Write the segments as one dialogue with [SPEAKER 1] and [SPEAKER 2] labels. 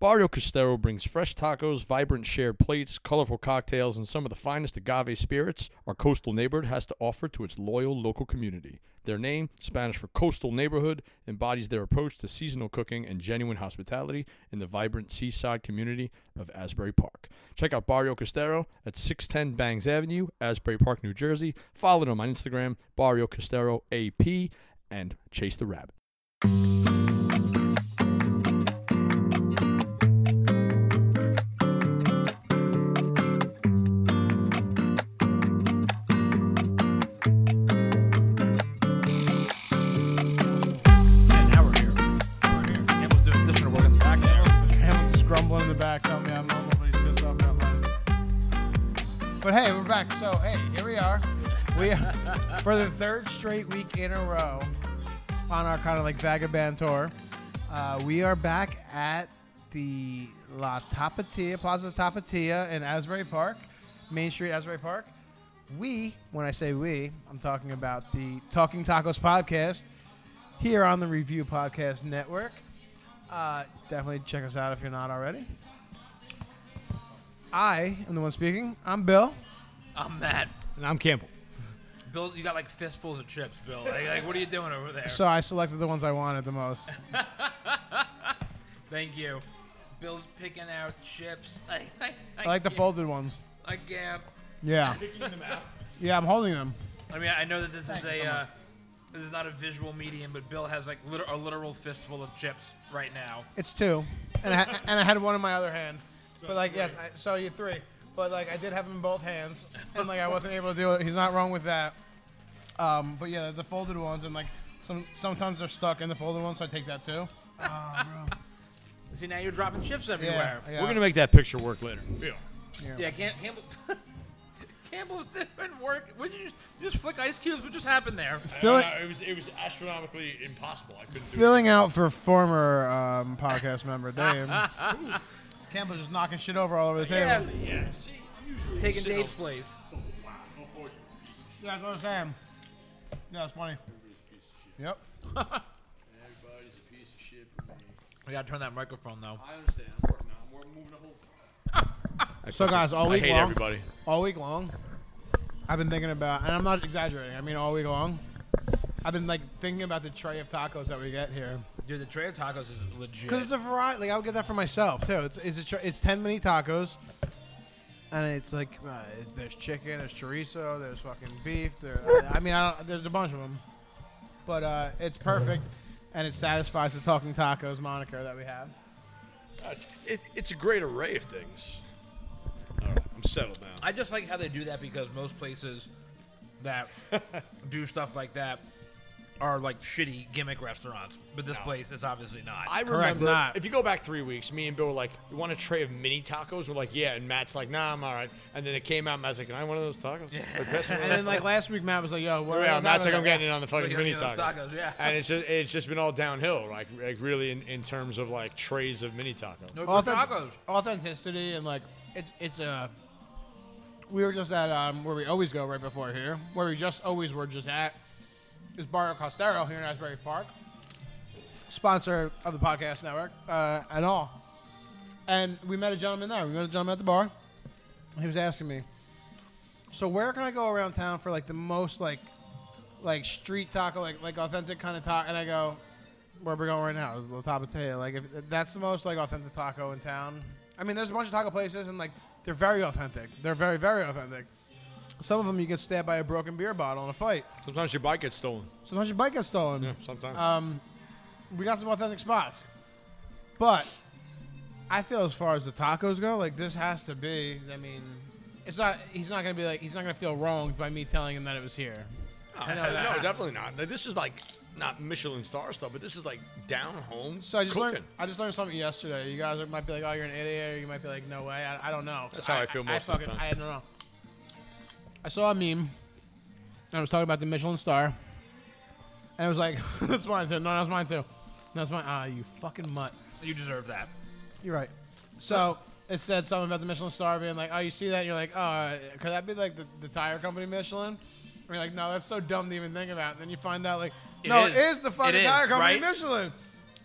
[SPEAKER 1] Barrio Costero brings fresh tacos, vibrant shared plates, colorful cocktails, and some of the finest agave spirits our coastal neighborhood has to offer to its loyal local community. Their name, Spanish for coastal neighborhood, embodies their approach to seasonal cooking and genuine hospitality in the vibrant seaside community of Asbury Park. Check out Barrio Costero at 610 Bangs Avenue, Asbury Park, New Jersey. Follow them on Instagram, Barrio Costero AP, and Chase the Rabbit.
[SPEAKER 2] And now we're here. Campbell's doing this one, work in the back there.
[SPEAKER 3] Hamilton's grumbling in the back. Tell me I'm normal, but he's pissed off now. But hey, we're back. So hey, here we are. We for the third straight week in a row on our kind of like vagabond tour. Uh, we are back at the La Tapatia Plaza Tapatia in Asbury Park, Main Street, Asbury Park. We, when I say we, I'm talking about the Talking Tacos podcast here on the Review Podcast Network. Uh, definitely check us out if you're not already. I am the one speaking. I'm Bill.
[SPEAKER 2] I'm Matt.
[SPEAKER 4] And I'm Campbell.
[SPEAKER 2] Bill, you got like fistfuls of chips, Bill. Like, like, what are you doing over there?
[SPEAKER 3] So I selected the ones I wanted the most.
[SPEAKER 2] Thank you. Bill's picking out chips. I, I,
[SPEAKER 3] I like the folded ones.
[SPEAKER 2] I can't.
[SPEAKER 3] Yeah. Yeah, I'm holding them.
[SPEAKER 2] I mean, I know that this is a uh, this is not a visual medium, but Bill has like lit- a literal fistful of chips right now.
[SPEAKER 3] It's two, and I, ha- and I had one in my other hand. But like, yes, I, so you three. But like, I did have them in both hands, and like, I wasn't able to do it. He's not wrong with that. Um, but yeah, the folded ones, and like, some sometimes they're stuck in the folded ones, so I take that too.
[SPEAKER 2] See, now you're dropping chips
[SPEAKER 3] Yeah,
[SPEAKER 2] everywhere.
[SPEAKER 3] yeah.
[SPEAKER 4] We're gonna make that picture work later.
[SPEAKER 2] Yeah, Cam- Campbell. Campbell's doing work. What did you, you just flick ice cubes? What just happened there?
[SPEAKER 3] Filling-
[SPEAKER 4] it was it was astronomically impossible. I couldn't
[SPEAKER 3] filling out for former um, podcast member Dave. Campbell just knocking shit over all over the table.
[SPEAKER 2] Yeah,
[SPEAKER 4] do it. Yeah. See, I'm usually
[SPEAKER 2] taking
[SPEAKER 4] sit
[SPEAKER 2] Dave's place.
[SPEAKER 3] Yeah, that's what I'm saying. Yeah, it's funny. Yep.
[SPEAKER 4] on- Everybody's a piece of shit.
[SPEAKER 2] We gotta turn that microphone though.
[SPEAKER 4] I understand. I'm working on. We're moving the whole.
[SPEAKER 3] So guys, all
[SPEAKER 4] I
[SPEAKER 3] week
[SPEAKER 4] hate
[SPEAKER 3] long,
[SPEAKER 4] everybody.
[SPEAKER 3] all week long, I've been thinking about, and I'm not exaggerating. I mean, all week long, I've been like thinking about the tray of tacos that we get here.
[SPEAKER 2] Dude, the tray of tacos is legit.
[SPEAKER 3] Cause it's a variety. Like I would get that for myself too. It's it's a tr- it's ten mini tacos, and it's like uh, it's- there's chicken, there's chorizo, there's fucking beef. There, I mean, I don't, there's a bunch of them, but uh, it's perfect, and it satisfies the talking tacos moniker that we have.
[SPEAKER 4] It, it's a great array of things. All right, I'm settled now.
[SPEAKER 2] I just like how they do that because most places that do stuff like that are like shitty gimmick restaurants, but this place is obviously not.
[SPEAKER 4] I
[SPEAKER 3] Correct,
[SPEAKER 4] remember
[SPEAKER 3] not.
[SPEAKER 4] if you go back three weeks, me and Bill were like, "You want a tray of mini tacos?" We're like, "Yeah," and Matt's like, "Nah, I'm all right." And then it came out, and Matt's like, "Can I have one of those tacos?" Like, pass me one of
[SPEAKER 3] And
[SPEAKER 4] those
[SPEAKER 3] then like last week, Matt was like, "Yo, what?
[SPEAKER 4] Yeah, and that's like I'm getting it on the
[SPEAKER 2] Look
[SPEAKER 4] fucking
[SPEAKER 2] at
[SPEAKER 4] mini
[SPEAKER 2] those
[SPEAKER 4] tacos.
[SPEAKER 2] tacos, yeah.
[SPEAKER 4] And it's just it's just been all downhill, like like really in, in terms of like trays of mini tacos.
[SPEAKER 2] no
[SPEAKER 3] Authentic-
[SPEAKER 2] tacos.
[SPEAKER 3] authenticity and like it's it's a. We were just at um, where we always go right before here, where we just always were just at, is Barrio Costero here in Asbury Park, sponsor of the podcast network uh, and all. And we met a gentleman there. We met a gentleman at the bar. He was asking me, "So where can I go around town for like the most like, like street taco, like like authentic kind of taco?" And I go, where we're going right now is La Tapatia. Like, if that's the most like authentic taco in town. I mean, there's a bunch of taco places, and like they're very authentic. They're very, very authentic. Some of them you get stabbed by a broken beer bottle in a fight.
[SPEAKER 4] Sometimes your bike gets stolen.
[SPEAKER 3] Sometimes your bike gets stolen. Um,
[SPEAKER 4] Sometimes.
[SPEAKER 3] Uh, We got some authentic spots, but I feel as far as the tacos go, like this has to be. I mean, it's not. He's not gonna be like. He's not gonna feel wronged by me telling him that it was here.
[SPEAKER 4] no, no, definitely not. Like, This is like not Michelin star stuff, but this is like down home.
[SPEAKER 3] So I just
[SPEAKER 4] cooking.
[SPEAKER 3] learned. I just learned something yesterday. You guys are- might be like, "Oh, you're an idiot," or you might be like, "No way." I, I don't know.
[SPEAKER 4] That's how I feel most of the
[SPEAKER 3] fucking-
[SPEAKER 4] time.
[SPEAKER 3] I don't know. I saw a meme, and I was talking about the Michelin star, and it was like, "That's mine too." No, that's mine too. No, that's mine. Ah, you fucking mutt.
[SPEAKER 2] You deserve that.
[SPEAKER 3] You're right. So it said something about the Michelin star being like, "Oh, you see that?" And you're like, "Oh, could that be like the, the tire company Michelin?" And you're like, "No, that's so dumb to even think about." And then you find out like,
[SPEAKER 2] It
[SPEAKER 3] "No,
[SPEAKER 2] is.
[SPEAKER 3] it is the
[SPEAKER 2] It
[SPEAKER 3] fucking
[SPEAKER 2] is,
[SPEAKER 3] tire company
[SPEAKER 2] right?
[SPEAKER 3] Michelin."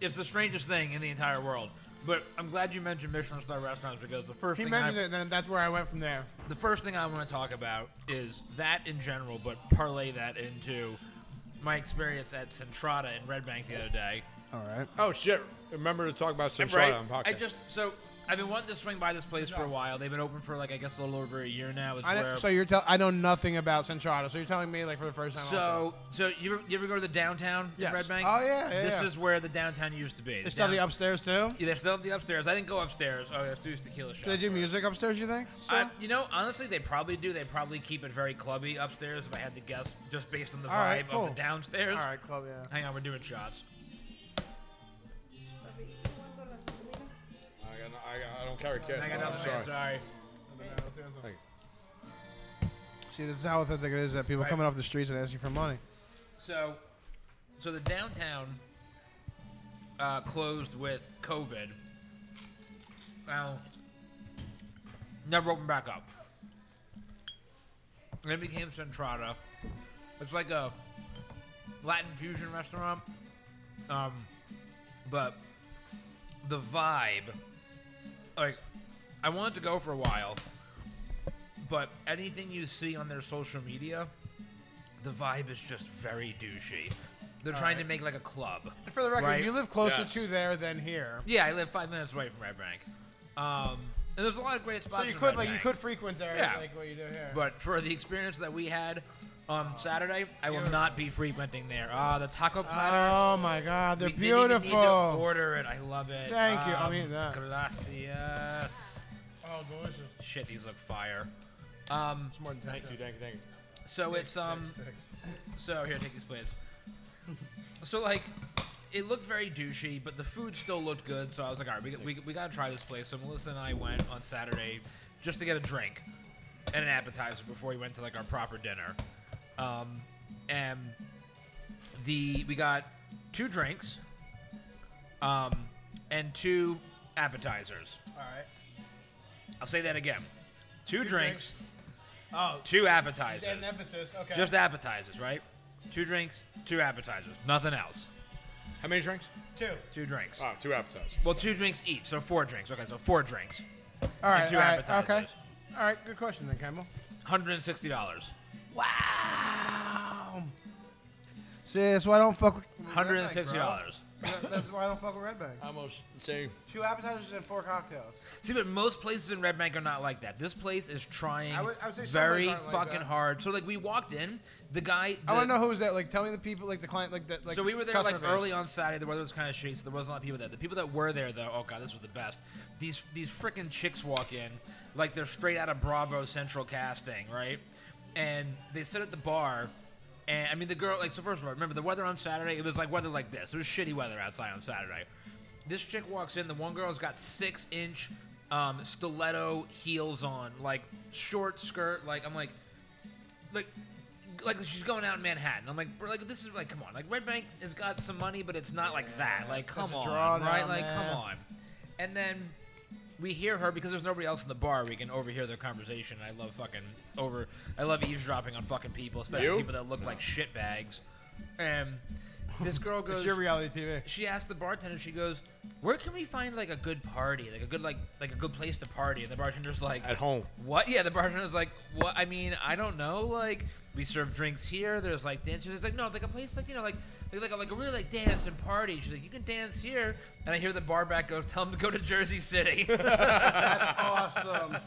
[SPEAKER 2] It's the strangest thing in the entire world. But I'm glad you mentioned Michelin star restaurants because the first
[SPEAKER 3] He
[SPEAKER 2] thing I,
[SPEAKER 3] mentioned it, and then that's where I went from there.
[SPEAKER 2] the first thing I want to talk about is that in general, but parlay that into my experience at Centrada in Red Bank the other day.
[SPEAKER 3] All right.
[SPEAKER 4] Oh shit! Remember to talk about Centrada
[SPEAKER 2] Right?
[SPEAKER 4] on podcast.
[SPEAKER 2] I just so I've been wanting to swing by this place for a while. They've been open for like I guess a little over a year now. It's
[SPEAKER 3] I
[SPEAKER 2] where
[SPEAKER 3] don't, so you're tell I know nothing about Centrado. So you're telling me like for the first time. also.
[SPEAKER 2] So, so you ever, you ever go to the downtown in
[SPEAKER 3] Yes.
[SPEAKER 2] Red Bank?
[SPEAKER 3] Oh, yeah, yeah,
[SPEAKER 2] This
[SPEAKER 3] yeah.
[SPEAKER 2] is where the downtown used to be.
[SPEAKER 3] they still have the
[SPEAKER 2] down-
[SPEAKER 3] upstairs too.
[SPEAKER 2] Yeah, they still have the upstairs. I didn't go upstairs. Oh, that's Deuce Tequila Shop.
[SPEAKER 3] Do they do music upstairs? You think? still?
[SPEAKER 2] I, you know, honestly, they probably do. They probably keep it very clubby upstairs, if I had to guess, just based on the
[SPEAKER 3] All
[SPEAKER 2] vibe
[SPEAKER 3] right,
[SPEAKER 2] of
[SPEAKER 3] cool.
[SPEAKER 2] the downstairs.
[SPEAKER 3] All right, club. Yeah.
[SPEAKER 2] Hang on, we're doing shots.
[SPEAKER 4] I, got no- I got- I don't carry cash.
[SPEAKER 2] I got
[SPEAKER 4] I'm
[SPEAKER 2] another
[SPEAKER 4] sorry.
[SPEAKER 2] man, sorry.
[SPEAKER 4] Thank you.
[SPEAKER 3] See, this is how authentic it is that people
[SPEAKER 2] Right.
[SPEAKER 3] coming off the streets and asking for money.
[SPEAKER 2] So, so the downtown uh, closed with COVID. Well, never opened back up. Then became Centrada. It's like a Latin fusion restaurant, um, but the vibe, like, I wanted to go for a while, but anything you see on their social media, the vibe is just very douchey. They're trying to make like a club.
[SPEAKER 3] For the record,
[SPEAKER 2] Right.
[SPEAKER 3] you live closer
[SPEAKER 4] Yes.
[SPEAKER 3] to there than here.
[SPEAKER 2] Yeah, I live five minutes away from Red Bank. Um, and there's a lot of great
[SPEAKER 3] So
[SPEAKER 2] spots.
[SPEAKER 3] you
[SPEAKER 2] in
[SPEAKER 3] could
[SPEAKER 2] Red
[SPEAKER 3] like you
[SPEAKER 2] Bank.
[SPEAKER 3] could frequent there
[SPEAKER 2] Yeah.
[SPEAKER 3] like what you do here.
[SPEAKER 2] But for the experience that we had on Saturday, I will not be frequenting there. Ah, the taco platter.
[SPEAKER 3] oh my God, they're
[SPEAKER 2] we didn't even need to
[SPEAKER 3] beautiful.
[SPEAKER 2] order it. I love it. Um,
[SPEAKER 3] Thank you. I'll eat that.
[SPEAKER 2] Gracias.
[SPEAKER 3] Oh, delicious.
[SPEAKER 2] Shit, these look fire. Um,
[SPEAKER 3] It's more than
[SPEAKER 4] Thank you. Thank you. Thank you.
[SPEAKER 2] so it's um, So here, take these plates. so like, it looked very douchey, but the food still looked good. So I was like, all right, we, we, we gotta try this place. So Melissa and I went on Saturday just to get a drink and an appetizer before we went to like our proper dinner. Um, and the we got two drinks, um, and two appetizers.
[SPEAKER 3] All right.
[SPEAKER 2] I'll say that again: two, drinks,
[SPEAKER 3] drinks. Oh,
[SPEAKER 2] two appetizers.
[SPEAKER 3] an emphasis. Okay.
[SPEAKER 2] Just appetizers, right? Two drinks, two appetizers, nothing else.
[SPEAKER 4] How many drinks?
[SPEAKER 3] two.
[SPEAKER 2] Two drinks.
[SPEAKER 4] Oh, two appetizers.
[SPEAKER 2] Well, two drinks each, so four drinks. Okay, so four drinks,
[SPEAKER 3] All right.
[SPEAKER 2] two
[SPEAKER 3] all right, Okay.
[SPEAKER 2] appetizers.
[SPEAKER 3] All right. Good question then, Campbell.
[SPEAKER 2] hundred and sixty dollars,
[SPEAKER 3] Wow. See, that's why I don't fuck. With
[SPEAKER 2] hundred and sixty
[SPEAKER 3] Red
[SPEAKER 2] dollars.
[SPEAKER 3] Bank, bro. that's why I don't fuck with Red Bank.
[SPEAKER 4] Almost same.
[SPEAKER 3] Two appetizers and four cocktails.
[SPEAKER 2] See, but most places in Red Bank are not like that. This place is trying
[SPEAKER 3] I would- I would say some
[SPEAKER 2] very
[SPEAKER 3] places aren't like
[SPEAKER 2] fucking
[SPEAKER 3] that.
[SPEAKER 2] hard. So like, we walked in, the guy.
[SPEAKER 3] I want
[SPEAKER 2] the-
[SPEAKER 3] to know who was that. Like, tell me the people, like the client, like that. Like,
[SPEAKER 2] so we were there
[SPEAKER 3] customer
[SPEAKER 2] like
[SPEAKER 3] base.
[SPEAKER 2] early on Saturday. The weather was kind of shitty, so there wasn't a lot of people there. The people that were there, though, oh god, this was the best. These these freaking chicks walk in like they're straight out of Bravo Central casting, right? And they sit at the bar, and I mean the girl like so. First of all, remember the weather on Saturday? It was like weather like this. It was shitty weather outside on Saturday. This chick walks in. The one girl's got six inch um, stiletto heels on, like short skirt. Like I'm like, like like she's going out in Manhattan. I'm like, bro, like this is like, come on, like Red Bank has got some money, but it's not like that. Like, come
[SPEAKER 3] a
[SPEAKER 2] on,
[SPEAKER 3] drawdown,
[SPEAKER 2] right? Like,
[SPEAKER 3] man.
[SPEAKER 2] come on. And then we hear her because there's nobody else in the bar. We can overhear their conversation. I love fucking over. I love eavesdropping on fucking people, especially
[SPEAKER 4] You?
[SPEAKER 2] people that look like shit bags. And this girl goes,
[SPEAKER 3] It's your reality TV.
[SPEAKER 2] she asked the bartender. She goes, "Where can we find like a good party, like a good like like a good place to party?" And the bartender's like,
[SPEAKER 4] At home.
[SPEAKER 2] "What?" Yeah, the bartender's like, "What?" I mean, I don't know. Like, we serve drinks here. There's like dancers. It's like no, like a place like you know like like like a, like a really like dance and party. She's like, "You can dance here." And I hear the bar back goes, "Tell him to go to Jersey City."
[SPEAKER 3] That's awesome.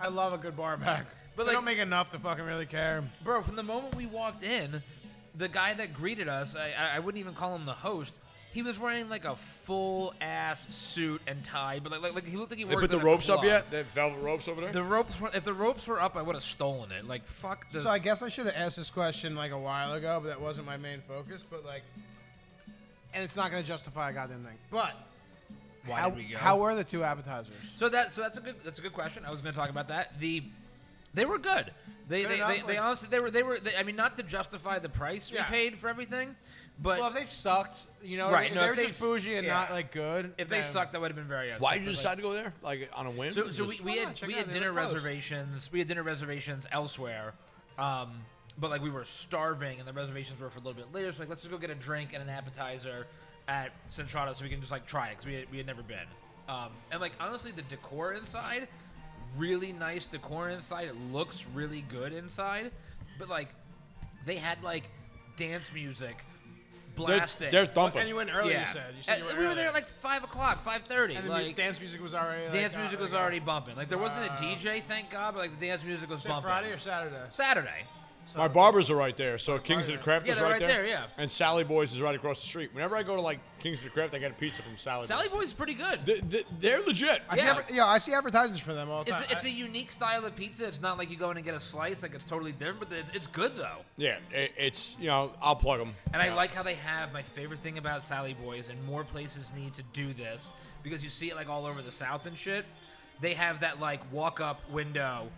[SPEAKER 3] I love a good bar back.
[SPEAKER 2] But,
[SPEAKER 3] But
[SPEAKER 2] like-
[SPEAKER 3] they don't make enough to fucking really care.
[SPEAKER 2] bro from the moment we walked in the guy that greeted us i, I, I wouldn't even call him the host he was wearing like a full ass suit and tie but like, like, like he looked like he
[SPEAKER 4] They
[SPEAKER 2] worked
[SPEAKER 4] put the
[SPEAKER 2] at a
[SPEAKER 4] ropes up
[SPEAKER 2] club.
[SPEAKER 4] yet? They have velvet ropes over there.
[SPEAKER 2] the ropes were if the ropes were up i would have stolen it like fuck the
[SPEAKER 3] So I guess I should have asked this question like a while ago, but that wasn't my main focus. But like, and it's not going to justify a goddamn thing. But
[SPEAKER 2] why
[SPEAKER 3] how,
[SPEAKER 2] did we go
[SPEAKER 3] how were the two appetizers?
[SPEAKER 2] so that so that's a good that's a good question i was going to talk about that the they were good they
[SPEAKER 3] Fair
[SPEAKER 2] they,
[SPEAKER 3] enough,
[SPEAKER 2] they, they
[SPEAKER 3] like-
[SPEAKER 2] honestly they were they were they, i mean not to justify the price
[SPEAKER 3] Yeah.
[SPEAKER 2] we paid for everything but
[SPEAKER 3] Well, if they sucked, you know,
[SPEAKER 2] Right,
[SPEAKER 3] if
[SPEAKER 2] no,
[SPEAKER 3] they
[SPEAKER 2] if
[SPEAKER 3] were
[SPEAKER 2] they
[SPEAKER 3] just
[SPEAKER 2] s-
[SPEAKER 3] bougie and
[SPEAKER 2] yeah.
[SPEAKER 3] not like good.
[SPEAKER 2] if they
[SPEAKER 3] then-
[SPEAKER 2] sucked that would have been very upset,
[SPEAKER 4] Why did
[SPEAKER 2] but,
[SPEAKER 4] you
[SPEAKER 2] like-
[SPEAKER 4] decide to go there? Like on a whim?
[SPEAKER 2] So, so we,
[SPEAKER 4] Just-
[SPEAKER 2] we
[SPEAKER 3] Why not?
[SPEAKER 2] had
[SPEAKER 3] Check
[SPEAKER 2] we
[SPEAKER 3] it out.
[SPEAKER 2] had
[SPEAKER 3] They
[SPEAKER 2] dinner
[SPEAKER 3] look close.
[SPEAKER 2] reservations. We had dinner reservations elsewhere, um, but like we were starving, and the reservations were for a little bit later. So like, let's just go get a drink and an appetizer at Centrada, so we can just like try it because we had, we had never been. Um, and like honestly, the decor inside, really nice decor inside. It looks really good inside, but like they had like dance music
[SPEAKER 4] They're,
[SPEAKER 2] blasting.
[SPEAKER 4] they're thumping.
[SPEAKER 3] And you went earlier.
[SPEAKER 2] yeah,
[SPEAKER 3] You said you said
[SPEAKER 2] And
[SPEAKER 3] you went
[SPEAKER 2] we were
[SPEAKER 3] earlier.
[SPEAKER 2] there at like five o'clock, five thirty.
[SPEAKER 3] and the mu-
[SPEAKER 2] Like dance,
[SPEAKER 3] dance music was already. like, uh, out,
[SPEAKER 2] music was
[SPEAKER 3] like,
[SPEAKER 2] already bumping. Like there wasn't a
[SPEAKER 3] Wow.
[SPEAKER 2] DJ, thank God, but like the dance music was
[SPEAKER 3] Is it
[SPEAKER 2] bumping.
[SPEAKER 3] Friday or Saturday?
[SPEAKER 2] Saturday.
[SPEAKER 4] My barbers are right there, so Kings of the Craft
[SPEAKER 2] Yeah,
[SPEAKER 4] is
[SPEAKER 2] they're
[SPEAKER 4] right,
[SPEAKER 2] right
[SPEAKER 4] there.
[SPEAKER 2] there, yeah.
[SPEAKER 4] And Sally Boys is right across the street. Whenever I go to like Kings of the Craft, I get a pizza from Sally.
[SPEAKER 2] Sally Boys is pretty good.
[SPEAKER 4] Boys. They, are legit.
[SPEAKER 3] I
[SPEAKER 2] Yeah.
[SPEAKER 3] see adver- yeah, I see advertisements for them all the
[SPEAKER 2] It's
[SPEAKER 3] time.
[SPEAKER 2] a, it's
[SPEAKER 3] I-
[SPEAKER 2] a unique style of pizza. It's not like you go in and get a slice; like it's totally different. But it- it's good though,
[SPEAKER 4] yeah, it, it's you know I'll plug them.
[SPEAKER 2] and I like how they have my favorite thing about Sally Boys, and more places need to do this because you see it like all over the South and shit. They have that like walk up window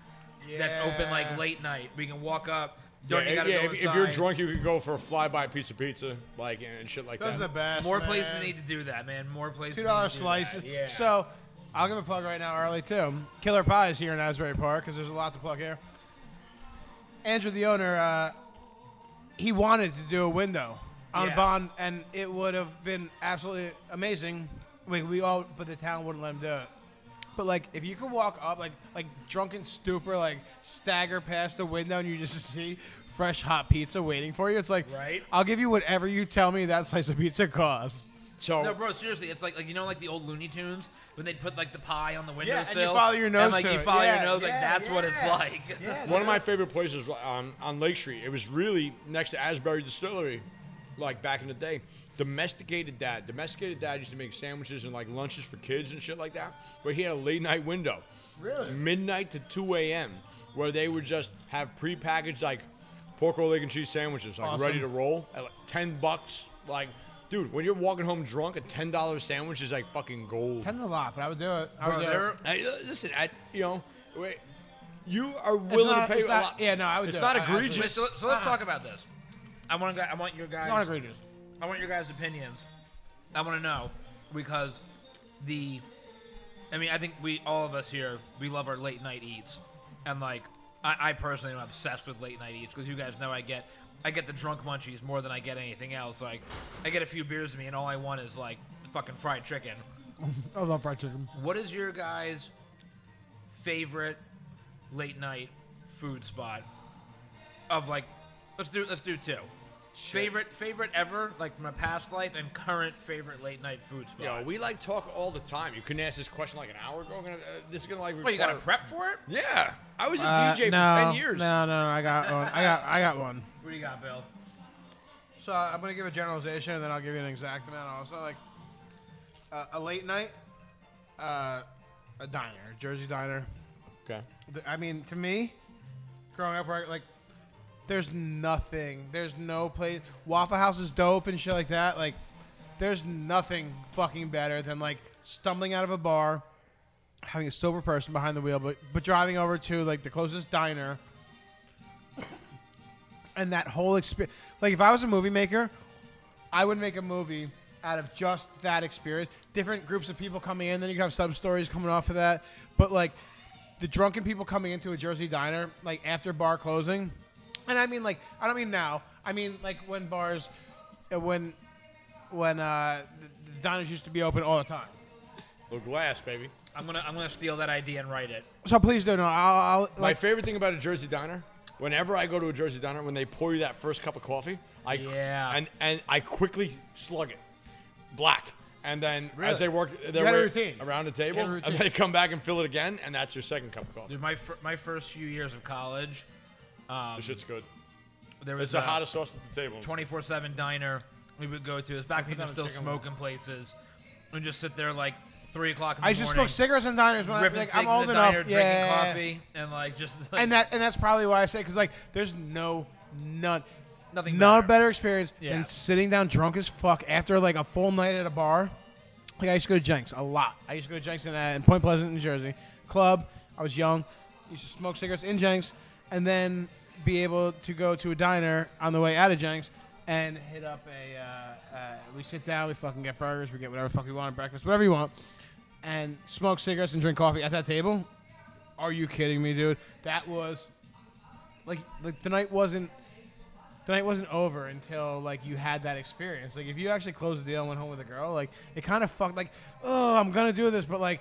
[SPEAKER 2] that's open like
[SPEAKER 3] Yeah.
[SPEAKER 2] late night. We can walk up.
[SPEAKER 4] Yeah,
[SPEAKER 2] Don't you gotta
[SPEAKER 4] yeah,
[SPEAKER 2] go
[SPEAKER 4] if, if you're
[SPEAKER 2] inside.
[SPEAKER 4] drunk, you could go for a flyby piece of pizza, like and, and shit like
[SPEAKER 3] Those are the
[SPEAKER 4] that.
[SPEAKER 3] best.
[SPEAKER 2] More
[SPEAKER 3] man.
[SPEAKER 2] places need to do that, man. More places.
[SPEAKER 3] two dollar
[SPEAKER 2] need to do that.
[SPEAKER 3] slices.
[SPEAKER 2] Yeah.
[SPEAKER 3] So I'll give a plug right now, early too. Killer Pie is here in Asbury Park because there's a lot to plug here. Andrew, the owner, uh, he wanted to do a window on
[SPEAKER 2] Yeah.
[SPEAKER 3] Bond, and it would have been absolutely amazing. We, we all, but the town wouldn't let him do it. But like, if you could walk up, like, like drunken stupor, like stagger past the window, and you just see fresh hot pizza waiting for you, it's like,
[SPEAKER 2] Right.
[SPEAKER 3] I'll give you whatever you tell me that slice of pizza costs.
[SPEAKER 4] So
[SPEAKER 3] Oh.
[SPEAKER 2] No, bro, seriously, it's like like you know like the old Looney Tunes when they'd put like the pie on the
[SPEAKER 3] you
[SPEAKER 2] windowsill.
[SPEAKER 3] follow your nose
[SPEAKER 2] And like
[SPEAKER 3] to
[SPEAKER 2] you
[SPEAKER 3] it.
[SPEAKER 2] follow
[SPEAKER 3] Yeah,
[SPEAKER 2] your nose, like
[SPEAKER 3] yeah,
[SPEAKER 2] that's what it's
[SPEAKER 3] yeah.
[SPEAKER 2] like.
[SPEAKER 3] Yeah,
[SPEAKER 4] One of my favorite places on, on Lake Street. It was really next to Asbury Distillery, like back in the day. Domesticated dad. Domesticated dad used to make sandwiches and like lunches for kids and shit like that. But he had a late night window.
[SPEAKER 3] Really?
[SPEAKER 4] Midnight to 2 a.m. where they would just have prepackaged like pork roll, egg, and cheese sandwiches, like
[SPEAKER 3] Awesome.
[SPEAKER 4] ready to roll at like 10 bucks. Like, dude, when you're walking home drunk, a $10 sandwich is like fucking gold.
[SPEAKER 3] Ten a lot, but I would do it. I
[SPEAKER 2] Bro,
[SPEAKER 3] would do
[SPEAKER 2] there-
[SPEAKER 3] it.
[SPEAKER 4] I, uh, listen, I, you know, wait, you are willing
[SPEAKER 3] not-
[SPEAKER 4] to pay
[SPEAKER 3] it's
[SPEAKER 4] a
[SPEAKER 3] not-
[SPEAKER 4] lot.
[SPEAKER 3] yeah, no, I would
[SPEAKER 4] It's
[SPEAKER 3] do it.
[SPEAKER 4] not
[SPEAKER 3] I- I would do
[SPEAKER 4] egregious.
[SPEAKER 2] Wait, so, so
[SPEAKER 3] Uh-huh.
[SPEAKER 2] let's talk about this. I want to. I want your guys.
[SPEAKER 3] It's not egregious.
[SPEAKER 2] I want your guys' opinions. I want to know because the. I mean, I think we all of us here we love our late night eats, and like I, I personally am obsessed with late night eats because you guys know I get I get the drunk munchies more than I get anything else. Like I get a few beers in me, and all I want is like fucking fried chicken.
[SPEAKER 3] I love fried chicken.
[SPEAKER 2] What is your guys' favorite late night food spot? Of like, let's do let's do two. Favorite favorite ever, like from a past life, and current favorite late night food spot.
[SPEAKER 4] Yo, we like talk all the time. You couldn't ask this question like an hour ago. Gonna- uh, this is gonna like.
[SPEAKER 2] oh, you gotta
[SPEAKER 4] require-
[SPEAKER 2] prep for it.
[SPEAKER 4] Yeah, I was a DJ
[SPEAKER 3] Uh, no,
[SPEAKER 4] for ten years.
[SPEAKER 3] No, no, no, I got one. I got, I got one.
[SPEAKER 2] What do you got, Bill?
[SPEAKER 3] So uh, I'm gonna give a generalization, and then I'll give you an exact amount. Also, like uh, a late night, uh, a diner, a Jersey diner.
[SPEAKER 4] Okay.
[SPEAKER 3] Th- I mean, to me, growing up, right, like there's nothing. There's no place. Waffle House is dope and shit like that. Like, there's nothing fucking better than like stumbling out of a bar, having a sober person behind the wheel, but but driving over to like the closest diner, and that whole experience. Like, if I was a movie maker, I would make a movie out of just that experience. Different groups of people coming in, then you could have sub stories coming off of that. But like the drunken people coming into a Jersey diner, like after bar closing, and I mean like I don't mean now. I mean like when bars, uh, when when uh, the, the diners used to be open all the time.
[SPEAKER 4] Little glass, baby.
[SPEAKER 2] I'm gonna I'm gonna steal that idea and write it.
[SPEAKER 3] So please do no. I'll, I'll
[SPEAKER 4] My
[SPEAKER 3] like
[SPEAKER 4] favorite thing about a Jersey diner, whenever I go to a Jersey diner, when they pour you that first cup of coffee, I
[SPEAKER 2] Yeah.
[SPEAKER 4] and and I quickly slug it, black, and then
[SPEAKER 3] Really?
[SPEAKER 4] as they work their
[SPEAKER 3] You had a
[SPEAKER 4] way
[SPEAKER 3] routine.
[SPEAKER 4] around the
[SPEAKER 3] You had a
[SPEAKER 4] table, and
[SPEAKER 3] routine.
[SPEAKER 4] they come back and fill it again, and that's your second cup of coffee.
[SPEAKER 2] Dude, my fir- my first few years of college,
[SPEAKER 4] This shit's good.
[SPEAKER 2] there was
[SPEAKER 4] It's the hottest sauce at the table.
[SPEAKER 2] 24/7 diner we would go to. It's back when you
[SPEAKER 3] that
[SPEAKER 2] could
[SPEAKER 3] on
[SPEAKER 2] still
[SPEAKER 3] chicken wing.
[SPEAKER 2] smoking places, and just sit there like three o'clock. In the
[SPEAKER 3] I used to
[SPEAKER 2] morning.
[SPEAKER 3] smoke cigarettes in diners when I,
[SPEAKER 2] ripping
[SPEAKER 3] like,
[SPEAKER 2] cigs
[SPEAKER 3] I'm
[SPEAKER 2] at
[SPEAKER 3] old
[SPEAKER 2] the
[SPEAKER 3] enough.
[SPEAKER 2] diner,
[SPEAKER 3] yeah,
[SPEAKER 2] drinking
[SPEAKER 3] yeah, yeah.
[SPEAKER 2] coffee, and like just like,
[SPEAKER 3] and that and that's probably why I say because like there's no none
[SPEAKER 2] Nothing
[SPEAKER 3] none
[SPEAKER 2] better.
[SPEAKER 3] better, experience
[SPEAKER 2] Yeah.
[SPEAKER 3] than sitting down drunk as fuck after like a full night at a bar. Like I used to go to Jenks a lot. I used to go to Jenks in, uh, in Point Pleasant, New Jersey, club. I was young. Used to smoke cigarettes in Jenks, and then be able to go to a diner on the way out of Jenks and hit up a. Uh, uh, we sit down, we fucking get burgers, we get whatever the fuck we want at breakfast, whatever you want, and smoke cigarettes and drink coffee at that table. Are you kidding me, dude? That was like like the night wasn't tonight wasn't over until like you had that experience. Like if you actually closed the deal and went home with a girl, like it kind of fucked. Like oh, I'm gonna do this, but like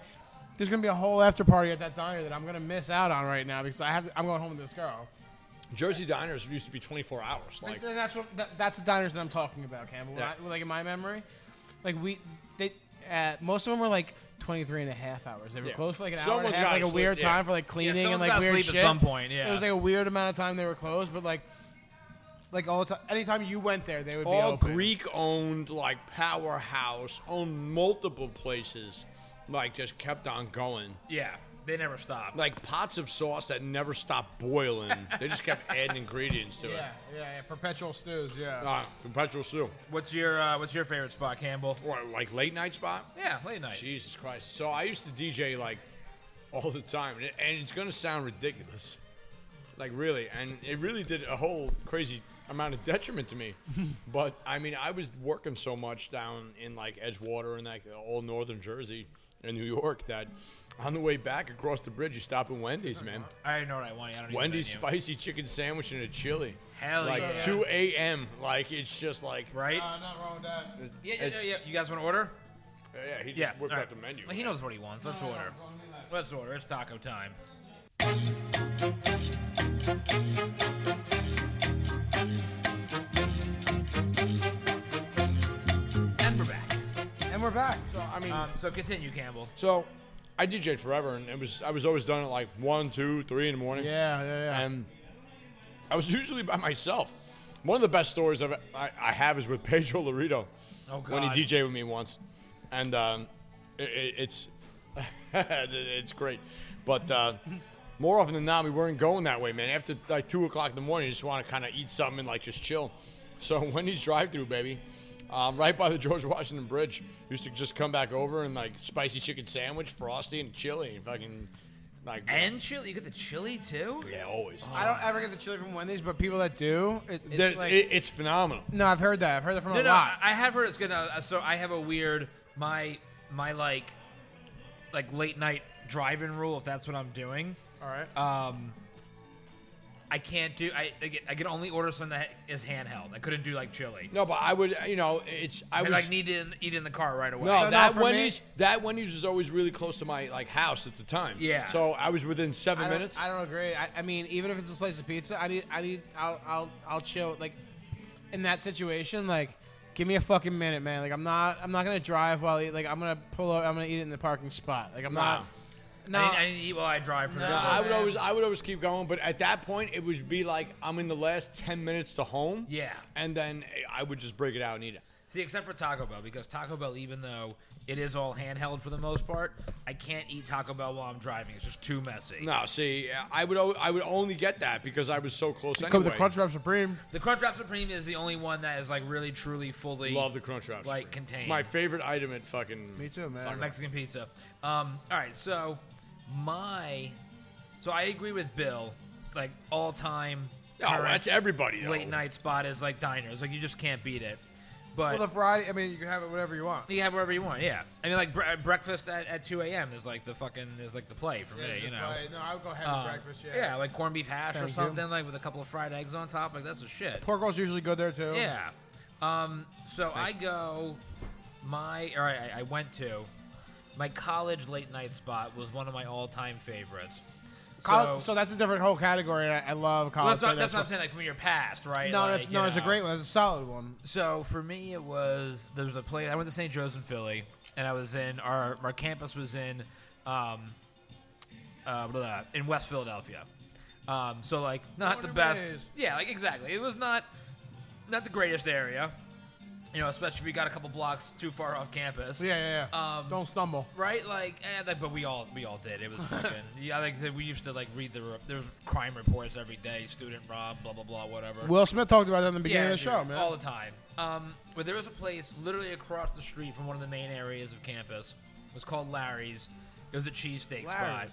[SPEAKER 3] there's gonna be a whole after party at that diner that I'm gonna miss out on right now because I have to, I'm going home with this girl.
[SPEAKER 4] Jersey diners used to be 24 hours. Like,
[SPEAKER 3] and that's what that, that's the diners that I'm talking about, Campbell. When
[SPEAKER 4] Yeah.
[SPEAKER 3] I- like in my memory, like we they uh, most of them were like 23 and a half hours. They were
[SPEAKER 4] Yeah.
[SPEAKER 3] closed for like an hour
[SPEAKER 4] Someone's
[SPEAKER 3] and a half,
[SPEAKER 4] gotta
[SPEAKER 3] like a
[SPEAKER 4] sleep,
[SPEAKER 3] weird
[SPEAKER 4] yeah.
[SPEAKER 3] time for like cleaning and
[SPEAKER 2] someone's
[SPEAKER 3] like
[SPEAKER 2] gotta
[SPEAKER 3] weird
[SPEAKER 2] sleep at
[SPEAKER 3] shit.
[SPEAKER 2] some point, yeah.
[SPEAKER 3] it was like a weird amount of time they were closed, but like like all the time, anytime you went there, they would be
[SPEAKER 4] all
[SPEAKER 3] open.
[SPEAKER 4] Greek owned, like powerhouse, owned multiple places, like just kept on going.
[SPEAKER 2] Yeah, they never stop.
[SPEAKER 4] Like pots of sauce that never stopped boiling. they just kept adding ingredients to
[SPEAKER 3] Yeah, yeah, yeah, perpetual stews, yeah.
[SPEAKER 4] it. Uh, perpetual soup.
[SPEAKER 2] what's your uh, What's your favorite spot, Campbell?
[SPEAKER 4] What, like late night spot?
[SPEAKER 2] Yeah, late night.
[SPEAKER 4] Jesus Christ. So I used to DJ like all the time, and, it- and it's going to sound ridiculous. Like, really. And it really did a whole crazy amount of detriment to me. but I mean, I was working so much down in like Edgewater and like all northern Jersey and New York that on the way back across the bridge, you stop at Wendy's, man.
[SPEAKER 2] I already know what I want. I don't need the
[SPEAKER 4] Wendy's
[SPEAKER 2] menu.
[SPEAKER 4] spicy chicken sandwich and a chili.
[SPEAKER 2] Hell
[SPEAKER 4] like
[SPEAKER 2] yeah.
[SPEAKER 4] 2 a.m. Like, it's just like.
[SPEAKER 2] right?
[SPEAKER 3] Uh, not wrong with that.
[SPEAKER 2] yeah, yeah,
[SPEAKER 4] it's-
[SPEAKER 2] yeah, yeah. You guys want to order?
[SPEAKER 4] Yeah, he just
[SPEAKER 2] Yeah.
[SPEAKER 4] whipped
[SPEAKER 2] all
[SPEAKER 4] out
[SPEAKER 2] right.
[SPEAKER 4] the menu.
[SPEAKER 2] Well, he knows what he wants. Let's order. Let's order. It's taco time. And we're back.
[SPEAKER 3] And we're back.
[SPEAKER 4] So, I mean,
[SPEAKER 2] Um, so continue, Campbell.
[SPEAKER 4] So I DJed forever, and it was I was always done at like one, two, three in the morning.
[SPEAKER 3] Yeah, yeah, yeah.
[SPEAKER 4] and I was usually by myself. One of the best stories I've, I, I have is with Pedro Lorito
[SPEAKER 2] Oh,
[SPEAKER 4] when
[SPEAKER 2] God.
[SPEAKER 4] he DJed with me once, and um, i i it's it's great, but. Uh, More often than not, we weren't going that way, man. After like two o'clock in the morning, you just want to kind of eat something and like just chill. So Wendy's drive-through, baby, um, right by the George Washington Bridge, used to just come back over and like spicy chicken sandwich, frosty and chili, and fucking like
[SPEAKER 2] And chili. You get the chili too.
[SPEAKER 4] yeah, always.
[SPEAKER 3] I don't ever get the chili from Wendy's, but people that do, it, it's
[SPEAKER 4] That-
[SPEAKER 3] like
[SPEAKER 4] it- it's phenomenal.
[SPEAKER 3] no, I've heard that. I've heard that from
[SPEAKER 2] No,
[SPEAKER 3] a
[SPEAKER 2] no.
[SPEAKER 3] lot.
[SPEAKER 2] I have heard it's good. Uh, so I have a weird my my like like late night drive-in rule if that's what I'm doing.
[SPEAKER 3] All right.
[SPEAKER 2] Um, I can't do. I I, get, I can only order something that is handheld. I couldn't do like chili.
[SPEAKER 4] No, but I would, you know, it's I
[SPEAKER 2] I
[SPEAKER 4] was
[SPEAKER 2] like need to in- eat in the car right away.
[SPEAKER 4] no
[SPEAKER 3] So now
[SPEAKER 4] that
[SPEAKER 3] for me-
[SPEAKER 4] Wendy's that Wendy's was always really close to my like house at the time.
[SPEAKER 2] Yeah.
[SPEAKER 4] so I was within seven
[SPEAKER 3] I don't,
[SPEAKER 4] minutes.
[SPEAKER 3] I don't agree. I, I mean, even if it's a slice of pizza, I need, I need, I'll, I'll, I'll chill. Like, in that situation, like, give me a fucking minute, man. Like, I'm not, I'm not gonna drive while I eat. Like, I'm gonna pull out. I'm gonna eat it in the parking spot. Like, I'm
[SPEAKER 4] Wow.
[SPEAKER 3] not. No,
[SPEAKER 2] I, need, I need to eat while I drive. For
[SPEAKER 3] No.
[SPEAKER 2] the
[SPEAKER 4] I
[SPEAKER 2] I,
[SPEAKER 4] would
[SPEAKER 3] man.
[SPEAKER 4] always, I would always keep going, but at that point, it would be like I'm in the last ten minutes to home.
[SPEAKER 2] Yeah.
[SPEAKER 4] and then I would just break it out and eat it.
[SPEAKER 2] see, except for Taco Bell, because Taco Bell, even though it is all handheld for the most part, I can't eat Taco Bell while I'm driving. It's just too messy.
[SPEAKER 4] No, see, I would, al- I would only get that because I was so close.
[SPEAKER 3] Come
[SPEAKER 4] Anyway.
[SPEAKER 3] with the Crunchwrap Supreme.
[SPEAKER 2] The Crunchwrap Supreme is the only one that is like really, truly, fully
[SPEAKER 4] Love the crunch wraps.
[SPEAKER 2] like
[SPEAKER 4] It's
[SPEAKER 2] contained.
[SPEAKER 4] my favorite item at fucking.
[SPEAKER 3] Me too, man.
[SPEAKER 2] on Mexican pizza. Um, all right, so my, so I agree with Bill. Like all time,
[SPEAKER 4] Oh, that's everybody. Though.
[SPEAKER 2] late night spot is like diners. Like you just can't beat it.
[SPEAKER 3] Well,
[SPEAKER 2] But
[SPEAKER 3] the variety. I mean, you can have it whatever you want.
[SPEAKER 2] you can have wherever you want. Yeah, I mean like bre- breakfast at, at 2 a.m. is like the fucking is like the play for me. You know.
[SPEAKER 3] No, I would go have
[SPEAKER 2] Um,
[SPEAKER 3] breakfast. Yeah.
[SPEAKER 2] yeah, like corned beef hash
[SPEAKER 3] Thank
[SPEAKER 2] or
[SPEAKER 3] you.
[SPEAKER 2] something, like with a couple of fried eggs on top. Like that's a shit.
[SPEAKER 3] Pork rolls usually good there too.
[SPEAKER 2] Yeah. Um, so I go. My or I, I went to. My college late night spot was one of my all time favorites.
[SPEAKER 3] Col- so,
[SPEAKER 2] so,
[SPEAKER 3] that's a different whole category. and I, I love
[SPEAKER 2] well,
[SPEAKER 3] college.
[SPEAKER 2] that's, what,
[SPEAKER 3] food.
[SPEAKER 2] that's what I'm
[SPEAKER 3] what-
[SPEAKER 2] saying. Like from your past, right?
[SPEAKER 3] No,
[SPEAKER 2] Like,
[SPEAKER 3] that's,
[SPEAKER 2] you
[SPEAKER 3] no, it's a
[SPEAKER 2] know.
[SPEAKER 3] great one. It's a solid one.
[SPEAKER 2] So for me, it was there was a place I went to St. Joe's in Philly, and I was in our our campus was in, um, uh, blah, in West Philadelphia. Um, so like not the
[SPEAKER 3] Born and
[SPEAKER 2] best.
[SPEAKER 3] raised.
[SPEAKER 2] Yeah, like exactly. It was not not the greatest area, you know, especially if you got a couple blocks too far off campus.
[SPEAKER 3] Yeah, yeah, yeah.
[SPEAKER 2] Um,
[SPEAKER 3] Don't stumble.
[SPEAKER 2] Right, like, eh, like, but we all we all did. It was fucking. yeah, like we used to like read the re- there's crime reports every day, student rob, blah blah blah, whatever
[SPEAKER 3] Will Smith talked about that in the beginning of the
[SPEAKER 2] dude,
[SPEAKER 3] show, man.
[SPEAKER 2] All the time. Um, but there was a place literally across the street from one of the main areas of campus. It was called Larry's. It was a cheesesteak spot.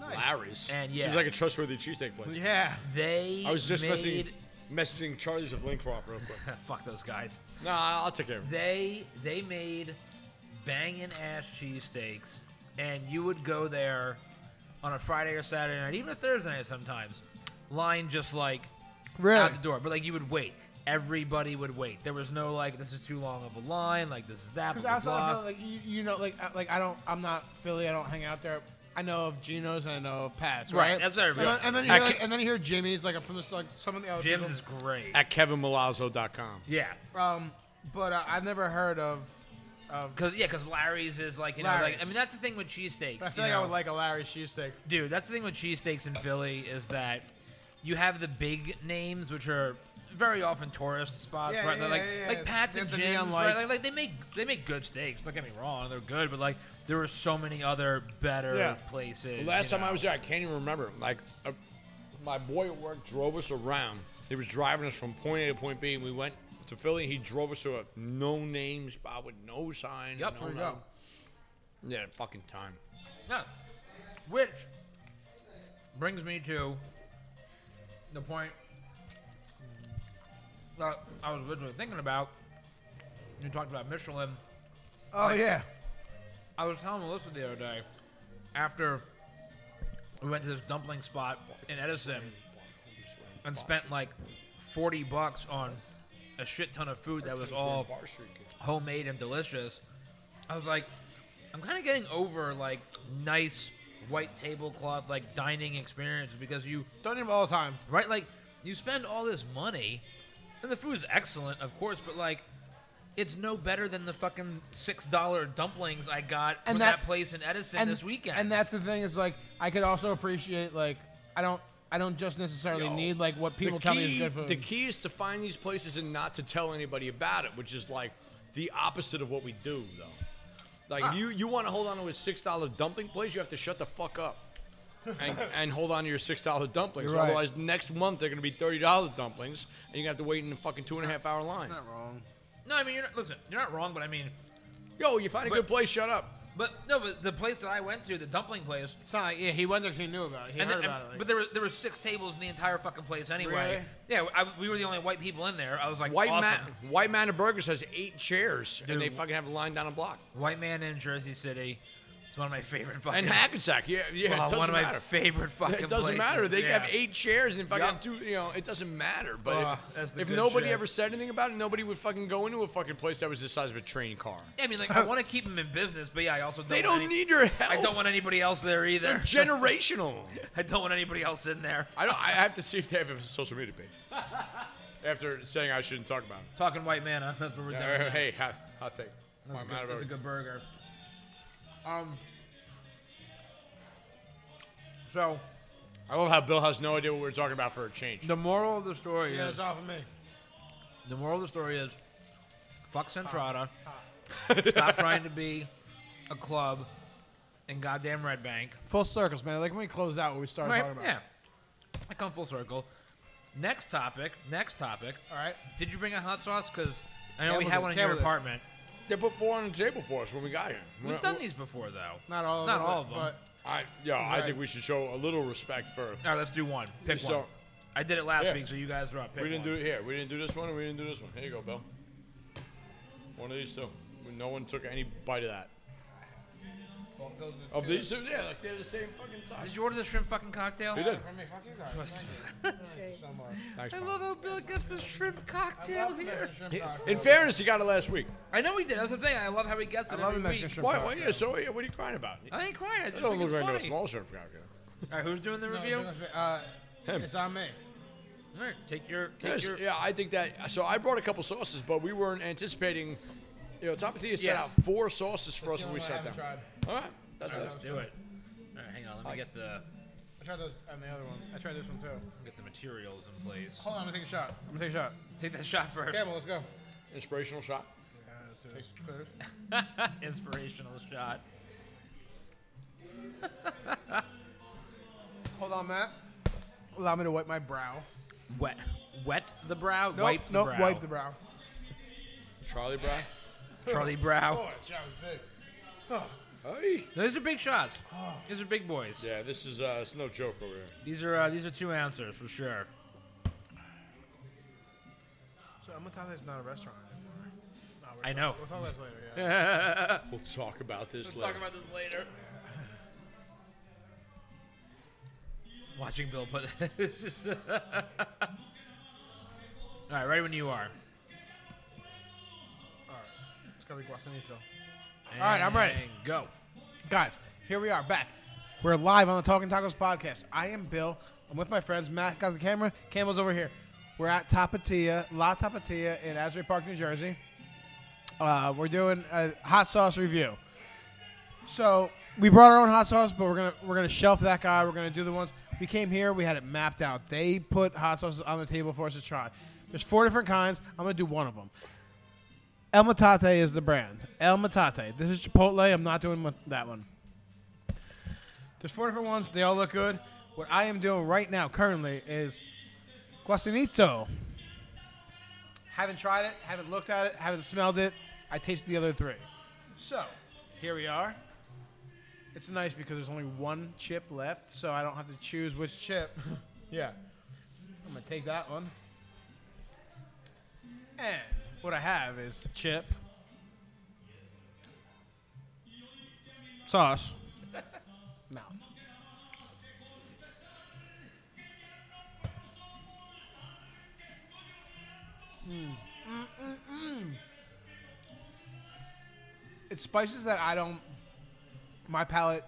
[SPEAKER 3] Larry's.
[SPEAKER 4] Larry's.
[SPEAKER 2] And,
[SPEAKER 4] Seems
[SPEAKER 2] yeah.
[SPEAKER 4] like a trustworthy cheesesteak place.
[SPEAKER 3] Yeah.
[SPEAKER 2] They
[SPEAKER 4] I was just messaging,
[SPEAKER 2] made Ah,
[SPEAKER 4] messaging Charlie's of Lincroft real quick.
[SPEAKER 2] fuck those guys.
[SPEAKER 4] no, I- I'll take care of it.
[SPEAKER 2] They they made banging ass cheesesteaks, and you would go there on a Friday or Saturday night, even a Thursday night sometimes. Line just like
[SPEAKER 3] Really?
[SPEAKER 2] out the door, but like you would wait. Everybody would wait. There was no like, this is too long of a line. Like this is that.
[SPEAKER 3] Because
[SPEAKER 2] Blah, blah,
[SPEAKER 3] outside
[SPEAKER 2] blah.
[SPEAKER 3] of Philly, like you, you know, like I- like I don't, I'm not Philly. I don't hang out there. I know of Geno's and I know of Pat's.
[SPEAKER 2] Right,
[SPEAKER 3] Right.
[SPEAKER 2] that's what everybody-
[SPEAKER 3] And then, and then
[SPEAKER 4] I
[SPEAKER 3] you hear,
[SPEAKER 4] ca-
[SPEAKER 3] like, and then you hear Jimmy's like from this like some of the other
[SPEAKER 2] Jim's
[SPEAKER 3] people.
[SPEAKER 2] is great.
[SPEAKER 4] at kevinmalazzo.com.
[SPEAKER 2] Yeah.
[SPEAKER 3] Um, but uh, I've never heard of of.
[SPEAKER 2] Cause yeah, cause Larry's is like you know, like I
[SPEAKER 3] Larry's.
[SPEAKER 2] mean that's the thing with cheesesteaks.
[SPEAKER 3] I feel
[SPEAKER 2] you
[SPEAKER 3] like
[SPEAKER 2] know?
[SPEAKER 3] I would like a Larry cheesesteak.
[SPEAKER 2] dude, that's the thing with cheesesteaks in Philly is that you have the big names, which are very often tourist spots,
[SPEAKER 3] Yeah,
[SPEAKER 2] right? They're
[SPEAKER 3] yeah,
[SPEAKER 2] like
[SPEAKER 3] yeah, yeah.
[SPEAKER 2] like Pat's
[SPEAKER 3] They
[SPEAKER 2] and
[SPEAKER 3] have the neon
[SPEAKER 2] Jim's, right?
[SPEAKER 3] lights.
[SPEAKER 2] Like, like, they make they make good steaks. Don't get me wrong, they're good, but like there are so many other better
[SPEAKER 4] Yeah.
[SPEAKER 2] places.
[SPEAKER 4] The last
[SPEAKER 2] you
[SPEAKER 4] time I
[SPEAKER 2] know?
[SPEAKER 4] was there, I can't even remember. Like, uh, my boy at work drove us around. He was driving us from point A to point B, and we went to Philly. He drove us to a no-name spot with no sign.
[SPEAKER 2] Yep.
[SPEAKER 4] no
[SPEAKER 2] There you
[SPEAKER 4] nothing. Yeah, fucking time.
[SPEAKER 2] No. Which brings me to the point that I was originally thinking about. You talked about Michelin.
[SPEAKER 3] Oh yeah.
[SPEAKER 2] I was telling Melissa the other day, after we went to this dumpling spot in Edison and spent like 40 bucks on a shit ton of food that was all homemade and delicious, I was like, I'm kind of getting over like nice white tablecloth, like dining experiences because you,
[SPEAKER 3] Don't eat them all the time.
[SPEAKER 2] right? Like, you spend all this money and the food's excellent, of course, but like, it's no better than the fucking six dollar dumplings I got
[SPEAKER 3] And
[SPEAKER 2] from that,
[SPEAKER 3] that-
[SPEAKER 2] place in Edison this weekend.
[SPEAKER 3] And that's the thing is like I could also appreciate like I don't I don't just necessarily
[SPEAKER 4] Yo,
[SPEAKER 3] need like what people
[SPEAKER 4] the
[SPEAKER 3] tell me is
[SPEAKER 4] key,
[SPEAKER 3] good food.
[SPEAKER 4] the key is to find these places and not to tell anybody about it, which is like the opposite of what we do, though. Like
[SPEAKER 3] Ah.
[SPEAKER 4] you, you want to hold on to a six dollar dumpling place, you have to shut the fuck up and, and hold on to your six dollar dumplings.
[SPEAKER 3] You're right.
[SPEAKER 4] Otherwise, next month they're gonna be thirty dollar dumplings, and you're gonna have to wait in a fucking two and a half hour line.
[SPEAKER 3] Not wrong.
[SPEAKER 2] no, I mean you're not. Listen, you're not wrong, but I mean,
[SPEAKER 4] Yo, you find a
[SPEAKER 2] But-
[SPEAKER 4] good place, shut up.
[SPEAKER 2] but no, but the place that I went to, the dumpling place,
[SPEAKER 3] It's not like yeah he went there 'cause he knew about it. He
[SPEAKER 2] and
[SPEAKER 3] heard
[SPEAKER 2] the-
[SPEAKER 3] about
[SPEAKER 2] and-
[SPEAKER 3] it. like-
[SPEAKER 2] but there were there were six tables in the entire fucking place anyway.
[SPEAKER 3] Really?
[SPEAKER 2] Yeah, I, we were the only white people in there. I was like,
[SPEAKER 4] White
[SPEAKER 2] awesome.
[SPEAKER 4] man, White Man of Burgers has eight chairs,
[SPEAKER 2] Dude.
[SPEAKER 4] and they fucking have a line down a block.
[SPEAKER 2] white man in Jersey City. It's one of my favorite fucking.
[SPEAKER 4] And Hackensack, yeah, yeah,
[SPEAKER 2] Wow,
[SPEAKER 4] it doesn't
[SPEAKER 2] one of my
[SPEAKER 4] matter.
[SPEAKER 2] favorite fucking.
[SPEAKER 4] It doesn't
[SPEAKER 2] places.
[SPEAKER 4] matter. They
[SPEAKER 2] yeah.
[SPEAKER 4] have eight chairs and fucking
[SPEAKER 2] Yup.
[SPEAKER 4] two. You know, it doesn't matter. But
[SPEAKER 2] Ah, that's
[SPEAKER 4] if,
[SPEAKER 2] the
[SPEAKER 4] if
[SPEAKER 2] good
[SPEAKER 4] nobody
[SPEAKER 2] shit.
[SPEAKER 4] ever said anything about it, nobody would fucking go into a fucking place that was the size of a train car.
[SPEAKER 2] Yeah, I mean, like I want to keep them in business, but yeah, I also don't
[SPEAKER 4] They
[SPEAKER 2] want
[SPEAKER 4] don't
[SPEAKER 2] any-
[SPEAKER 4] need your help.
[SPEAKER 2] I don't want anybody else there either.
[SPEAKER 4] Generational.
[SPEAKER 2] I don't want anybody else in there.
[SPEAKER 4] I don't. I have to see if they have a social media page. After saying I shouldn't talk about
[SPEAKER 2] Talking white manna. That's what we're
[SPEAKER 4] it.
[SPEAKER 2] doing.
[SPEAKER 4] Uh, hey, hot, hot take.
[SPEAKER 2] That's,
[SPEAKER 4] Mark
[SPEAKER 2] a good, that's a
[SPEAKER 4] Matterberg.
[SPEAKER 2] good burger. Um. So
[SPEAKER 4] I love how Bill has no idea what we're talking about for a change.
[SPEAKER 2] the moral of the story
[SPEAKER 3] yeah,
[SPEAKER 2] is
[SPEAKER 3] it's off of me.
[SPEAKER 2] the moral of the story is fuck Centrada. Stop trying to be a club in goddamn Red Bank.
[SPEAKER 3] Full circles, man. Like when we close out, what we started
[SPEAKER 2] Right?
[SPEAKER 3] talking about.
[SPEAKER 2] Yeah. I come full circle. Next topic. Next topic.
[SPEAKER 3] All right.
[SPEAKER 2] Did you bring a hot sauce? Because I know
[SPEAKER 3] Can't
[SPEAKER 2] we
[SPEAKER 3] with
[SPEAKER 2] had
[SPEAKER 3] it,
[SPEAKER 2] one in
[SPEAKER 3] can't
[SPEAKER 2] your
[SPEAKER 3] with it.
[SPEAKER 2] apartment.
[SPEAKER 4] They put four on the table for us when we got here.
[SPEAKER 2] We've
[SPEAKER 4] We're-
[SPEAKER 2] done
[SPEAKER 4] we're-
[SPEAKER 2] these before, though.
[SPEAKER 3] Not all of
[SPEAKER 2] Not
[SPEAKER 3] them.
[SPEAKER 2] all
[SPEAKER 3] but-
[SPEAKER 2] of them.
[SPEAKER 4] I, yeah, I
[SPEAKER 3] Right.
[SPEAKER 4] think we should show a little respect for.
[SPEAKER 2] All right, let's do one. Pick
[SPEAKER 4] So-
[SPEAKER 2] one. I did it last
[SPEAKER 4] Yeah.
[SPEAKER 2] week, so you guys are up. Pick
[SPEAKER 4] We didn't
[SPEAKER 2] one.
[SPEAKER 4] do it here. We didn't do this one, and we didn't do this one. Here you go, Bill. One of these two. No one took any bite of that.
[SPEAKER 3] But those are the
[SPEAKER 4] Of
[SPEAKER 3] two.
[SPEAKER 4] these two, yeah, like they're the same fucking size.
[SPEAKER 2] Did you order the shrimp fucking cocktail?
[SPEAKER 4] He did.
[SPEAKER 3] I mean, fuck you guys.
[SPEAKER 2] Trust
[SPEAKER 3] Thank you so much.
[SPEAKER 4] Thanks,
[SPEAKER 2] I
[SPEAKER 4] Mom.
[SPEAKER 2] love how Bill got the shrimp
[SPEAKER 3] I
[SPEAKER 2] cocktail
[SPEAKER 3] love the
[SPEAKER 2] here.
[SPEAKER 3] Mexican shrimp
[SPEAKER 4] He-
[SPEAKER 3] cocktail.
[SPEAKER 4] In fairness, he got it last week.
[SPEAKER 2] I know he did. That's the thing. I love how he gets
[SPEAKER 3] I
[SPEAKER 2] it.
[SPEAKER 3] love the
[SPEAKER 2] every
[SPEAKER 3] Mexican
[SPEAKER 2] week.
[SPEAKER 3] shrimp
[SPEAKER 4] Why?
[SPEAKER 3] cocktail.
[SPEAKER 4] why yeah, so yeah, what are you crying about?
[SPEAKER 2] I ain't crying. I just
[SPEAKER 4] I
[SPEAKER 2] think
[SPEAKER 4] don't look
[SPEAKER 2] it's
[SPEAKER 4] like
[SPEAKER 2] funny.
[SPEAKER 4] a small shrimp cocktail.
[SPEAKER 2] All right, who's doing the
[SPEAKER 3] No,
[SPEAKER 2] review?
[SPEAKER 3] no, no, uh, It's on me.
[SPEAKER 2] All right, take your take
[SPEAKER 4] Yes,
[SPEAKER 2] your.
[SPEAKER 4] yeah, I think that. So I brought a couple sauces, but we weren't anticipating. You know, Tapatio set
[SPEAKER 2] Yes.
[SPEAKER 4] out four sauces for us
[SPEAKER 3] the
[SPEAKER 4] when
[SPEAKER 3] only one
[SPEAKER 4] we
[SPEAKER 3] I
[SPEAKER 4] sat down.
[SPEAKER 3] haven't tried.
[SPEAKER 4] All right, that's
[SPEAKER 2] All right,
[SPEAKER 4] it.
[SPEAKER 2] let's do it. All right, hang on. Let me get the
[SPEAKER 3] I tried those and the other one. I tried this one too.
[SPEAKER 2] get the materials in place.
[SPEAKER 3] Hold on, I'm gonna take a shot. I'm gonna take a shot.
[SPEAKER 2] Take that shot first.
[SPEAKER 3] Campbell, let's go.
[SPEAKER 4] Inspirational shot.
[SPEAKER 2] Inspirational shot.
[SPEAKER 3] Hold on, Matt. Allow me to wipe my brow.
[SPEAKER 2] Wet, wet the brow.
[SPEAKER 3] Nope,
[SPEAKER 2] wipe the
[SPEAKER 3] nope,
[SPEAKER 2] brow.
[SPEAKER 3] wipe the brow.
[SPEAKER 4] Charlie Bry.
[SPEAKER 2] Charlie brow.
[SPEAKER 3] Oh, that shot was big.
[SPEAKER 4] Hey.
[SPEAKER 3] Oh.
[SPEAKER 2] Those are big shots. These are big boys.
[SPEAKER 4] Yeah, this is uh, it's no joke over here.
[SPEAKER 2] These are uh, these are two ounces for sure.
[SPEAKER 3] So Amatata is not a restaurant anymore. No, we're
[SPEAKER 2] I
[SPEAKER 3] talk-
[SPEAKER 2] know.
[SPEAKER 3] We'll talk about this later. Yeah.
[SPEAKER 4] We'll talk about this
[SPEAKER 2] We'll
[SPEAKER 4] later.
[SPEAKER 2] talk about this later. Watching Bill put it's just All right, ready when you are.
[SPEAKER 3] It's gonna be Guasanito. All right, I'm ready.
[SPEAKER 2] And go.
[SPEAKER 3] Guys, here we are back. We're live on the Talking Tacos podcast. I am Bill. I'm with my friends. Matt got the camera. Campbell's over here. We're at Tapatia, La Tapatia in Asbury Park, New Jersey. Uh, we're doing a hot sauce review. So we brought our own hot sauce, but we're gonna we're gonna shelf that guy. We're gonna do the ones we came here. We had it mapped out. They put hot sauces on the table for us to try. There's four different kinds. I'm gonna do one of them. El Matate is the brand. El Matate. This is Chipotle. I'm not doing that one. There's four different ones. They all look good. What I am doing right now, currently, is Guasanito. Haven't tried it. Haven't looked at it. Haven't smelled it. I tasted the other three. So, here we are. It's nice because there's only one chip left, so I don't have to choose which chip. yeah. I'm going to take that one. And what I have is chip, sauce, mouth. Mm. Mm, mm, mm. It's spices that I don't, my palate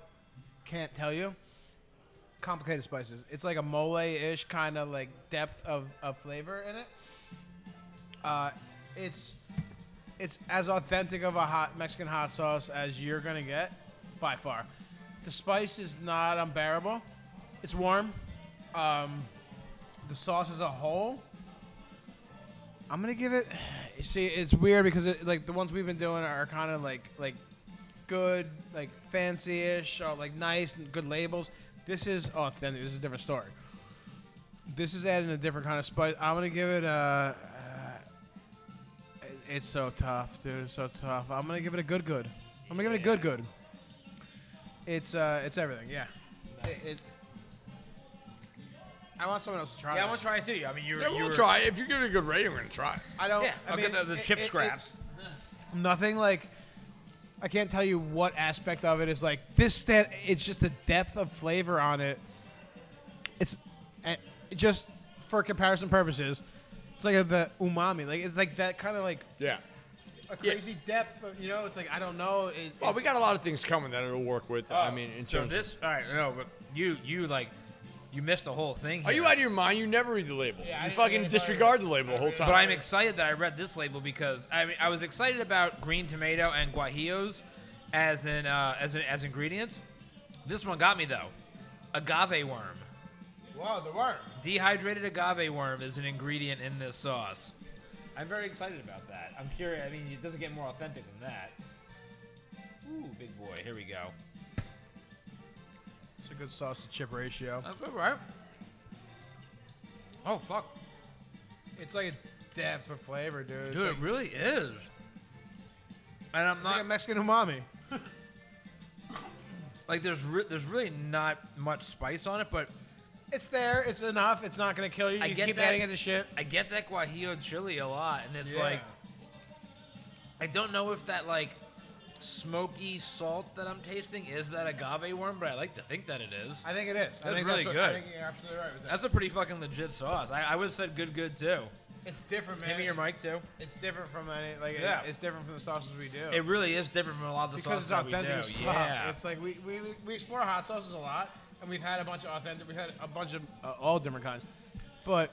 [SPEAKER 3] can't tell you. Complicated spices. It's like a mole ish kind of like depth of, of flavor in it uh, it's it's as authentic of a hot Mexican hot sauce as you're gonna get by far. The spice is not unbearable. It's warm. Um, the sauce as a whole, I'm gonna give it. you See, it's weird because it, like the ones we've been doing are kind of like like good, like fancy-ish, or like nice and good labels. This is authentic. This is a different story. This is adding a different kind of spice. I'm gonna give it a. uh, It's so tough, dude. It's so tough. I'm gonna give it a good good. I'm gonna give it a good good. It's uh, it's everything. Yeah. It, it, I want someone else to try.
[SPEAKER 2] Yeah, I
[SPEAKER 3] this.
[SPEAKER 2] want to try it too. I mean, you're.
[SPEAKER 4] Yeah,
[SPEAKER 2] you're,
[SPEAKER 4] we'll try. If you give it a good rating, we're gonna try. it.
[SPEAKER 3] I don't.
[SPEAKER 2] Yeah,
[SPEAKER 3] I
[SPEAKER 2] I'll
[SPEAKER 3] mean,
[SPEAKER 2] get the, the
[SPEAKER 3] it-
[SPEAKER 2] chip
[SPEAKER 3] it- it-
[SPEAKER 2] scraps.
[SPEAKER 3] nothing like. I can't tell you what aspect of it is like this. Stand, it's just the depth of flavor on it. It's eh, just for comparison purposes. It's like the umami. Like it's like that kind of like
[SPEAKER 4] Yeah.
[SPEAKER 3] a
[SPEAKER 4] Yeah.
[SPEAKER 3] crazy depth. Of, you know, it's like I don't know. It,
[SPEAKER 4] Well, we
[SPEAKER 3] it's-
[SPEAKER 4] got a lot of things coming that it'll work with. I mean, in
[SPEAKER 2] Oh, so
[SPEAKER 4] terms.
[SPEAKER 2] this. All right, no, but you you like you missed the whole thing. Here.
[SPEAKER 4] are you out of your mind? You never read the label.
[SPEAKER 3] Yeah, I
[SPEAKER 4] you
[SPEAKER 3] didn't
[SPEAKER 4] fucking
[SPEAKER 3] read the label.
[SPEAKER 4] disregard the label the whole time.
[SPEAKER 2] But I'm excited that I read this label because I mean I was excited about green tomato and guajillos as in uh, as in, as ingredients. This one got me though. Agave worm.
[SPEAKER 3] Wow, the worm.
[SPEAKER 2] Dehydrated agave worm is an ingredient in this sauce. I'm very excited about that. I'm curious. I mean, it doesn't get more authentic than that. Ooh, big boy. Here we go.
[SPEAKER 3] It's a good sauce to chip ratio.
[SPEAKER 2] That's all right. Oh fuck,
[SPEAKER 3] It's like a depth of flavor, dude. It's
[SPEAKER 2] dude,
[SPEAKER 3] like,
[SPEAKER 2] it really is. And I'm
[SPEAKER 3] it's like
[SPEAKER 2] not
[SPEAKER 3] a Mexican umami.
[SPEAKER 2] like there's re- there's really not much spice on it, but
[SPEAKER 3] It's there. It's enough. It's not gonna kill you.
[SPEAKER 2] I
[SPEAKER 3] you
[SPEAKER 2] get
[SPEAKER 3] keep
[SPEAKER 2] that.
[SPEAKER 3] adding it to shit.
[SPEAKER 2] I get that guajillo chili a lot, and it's
[SPEAKER 3] Yeah.
[SPEAKER 2] like I don't know if that like smoky salt that I'm tasting is that agave worm, but I like to think that it is.
[SPEAKER 3] I think it is. I
[SPEAKER 2] That's
[SPEAKER 3] think
[SPEAKER 2] really
[SPEAKER 3] that's what-
[SPEAKER 2] good.
[SPEAKER 3] I think you're absolutely right with that.
[SPEAKER 2] That's a pretty fucking legit sauce. I, I would have said good, good too.
[SPEAKER 3] It's different, man.
[SPEAKER 2] Give me your mic too.
[SPEAKER 3] It's different from any like. it-
[SPEAKER 2] Yeah.
[SPEAKER 3] it's different from the sauces we do.
[SPEAKER 2] It really is different from a lot of the
[SPEAKER 3] because
[SPEAKER 2] sauces
[SPEAKER 3] it's
[SPEAKER 2] that we
[SPEAKER 3] authentic as
[SPEAKER 2] do.
[SPEAKER 3] fuck.
[SPEAKER 2] Yeah,
[SPEAKER 3] It's like we, we we explore hot sauces a lot, and we've had a bunch of authentic. We've had a bunch of uh, all different kinds, but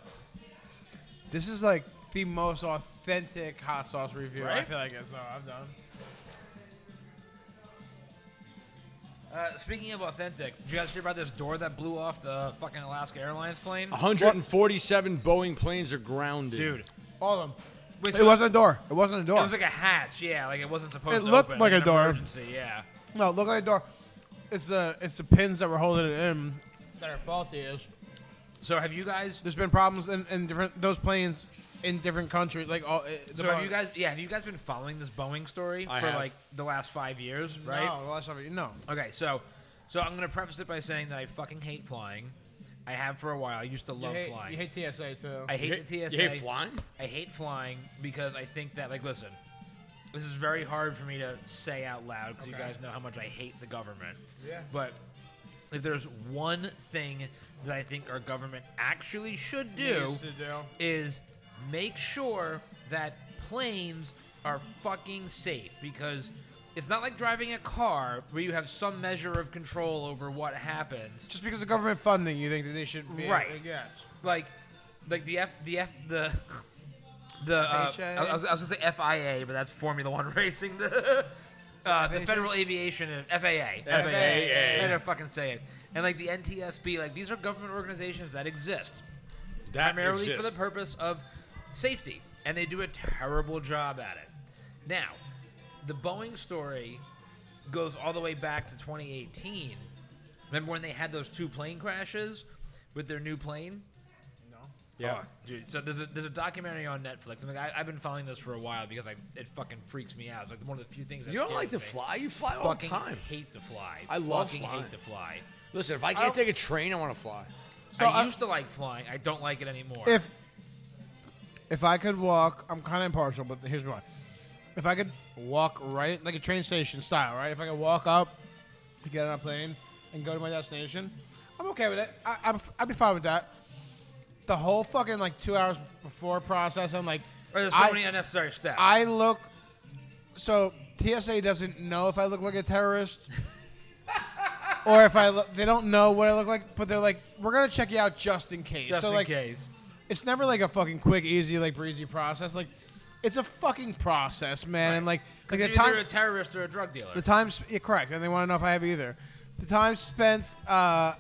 [SPEAKER 3] this is like the most authentic hot sauce review I
[SPEAKER 2] Right?
[SPEAKER 3] feel like it's, uh, I've done.
[SPEAKER 2] Uh, speaking of authentic, did you guys hear about this door that blew off the fucking Alaska Airlines plane?
[SPEAKER 3] Oh,
[SPEAKER 4] 147 Boeing planes are grounded.
[SPEAKER 2] Dude,
[SPEAKER 3] All of them.
[SPEAKER 2] Wait, so
[SPEAKER 3] It wasn't a door. It wasn't a door.
[SPEAKER 2] It was like a hatch, yeah. Like it wasn't supposed
[SPEAKER 3] It
[SPEAKER 2] to.
[SPEAKER 3] looked
[SPEAKER 2] open,
[SPEAKER 3] like a
[SPEAKER 2] an
[SPEAKER 3] door.
[SPEAKER 2] Emergency, yeah.
[SPEAKER 3] no, it looked like a door. It's the it's the pins that were holding it in that are faulty. Is
[SPEAKER 2] So have you guys?
[SPEAKER 3] there's been problems in, in different those planes in different countries. Like all. eh, It's
[SPEAKER 2] So have you guys? Yeah, have you guys been following this Boeing story
[SPEAKER 4] I
[SPEAKER 2] for
[SPEAKER 4] have.
[SPEAKER 2] like the last five years, right?
[SPEAKER 3] No, the last time you no.
[SPEAKER 2] Okay, so so I'm gonna preface it by saying that I fucking hate flying. I have for a while. I used to love
[SPEAKER 3] you hate,
[SPEAKER 2] flying.
[SPEAKER 3] You hate TSA too.
[SPEAKER 2] I
[SPEAKER 4] You
[SPEAKER 2] hate
[SPEAKER 4] hate,
[SPEAKER 2] the
[SPEAKER 4] you
[SPEAKER 2] TSA.
[SPEAKER 4] hate flying?
[SPEAKER 2] I hate flying because I think that like listen, this is very hard for me to say out loud because you
[SPEAKER 3] Okay.
[SPEAKER 2] guys know how much I hate the government.
[SPEAKER 3] Yeah.
[SPEAKER 2] But if there's one thing that I think our government actually should do
[SPEAKER 3] Needs to do.
[SPEAKER 2] is make sure that planes are fucking safe because it's not like driving a car where you have some measure of control over what happens.
[SPEAKER 3] Just because of government funding, you think that they should be
[SPEAKER 2] Right.
[SPEAKER 3] Yes.
[SPEAKER 2] like like the F the F the the uh, I,
[SPEAKER 3] FHA?
[SPEAKER 2] I was, I was gonna say FIA, but that's Formula One racing. The uh, the
[SPEAKER 3] FHA?
[SPEAKER 2] Federal Aviation and FAA. FAA. I don't fucking say it. And like the NTSB, like these are government organizations that exist
[SPEAKER 4] That
[SPEAKER 2] primarily
[SPEAKER 4] exists.
[SPEAKER 2] for the purpose of safety, and they do a terrible job at it. Now, the Boeing story goes all the way back to 2018. Remember when they had those two plane crashes with their new plane?
[SPEAKER 4] Yeah.
[SPEAKER 2] Oh, dude. So there's a, there's a documentary on Netflix. I'm like, I, I've been following this for a while because I, it fucking freaks me out. It's like one of the few things. That
[SPEAKER 4] You don't
[SPEAKER 2] scares
[SPEAKER 4] like to
[SPEAKER 2] me.
[SPEAKER 4] fly? You fly all the
[SPEAKER 2] Fucking
[SPEAKER 4] time.
[SPEAKER 2] hate to fly.
[SPEAKER 4] I love
[SPEAKER 2] fucking
[SPEAKER 4] flying.
[SPEAKER 2] hate to fly.
[SPEAKER 4] Listen, if I
[SPEAKER 3] don't-
[SPEAKER 4] can't take a train, I want to fly.
[SPEAKER 3] So
[SPEAKER 2] I,
[SPEAKER 3] I-
[SPEAKER 2] used to like flying. I don't like it anymore.
[SPEAKER 3] If if I could walk, I'm kind of impartial, but here's why. If I could walk right, like a train station style, right? If I could walk up, get on a plane, and go to my destination, I'm okay with it. I, I'm, I'd be fine with that. The whole fucking like two hours before process, I'm like,
[SPEAKER 2] or there's so
[SPEAKER 3] I-
[SPEAKER 2] many unnecessary steps.
[SPEAKER 3] I look. So TSA doesn't know if I look like a terrorist, or if I look. They don't know what I look like, but they're like, "We're gonna check you out just in case."
[SPEAKER 2] just
[SPEAKER 3] so
[SPEAKER 2] in
[SPEAKER 3] like,
[SPEAKER 2] case.
[SPEAKER 3] it's never like a fucking quick, easy, like breezy process. Like, it's a fucking process, man. And like,
[SPEAKER 2] Because
[SPEAKER 3] like the
[SPEAKER 2] you're
[SPEAKER 3] time,
[SPEAKER 2] either a terrorist or a drug dealer.
[SPEAKER 3] the time, sp- yeah, correct. And they want to know if I have either. The time spent, uh,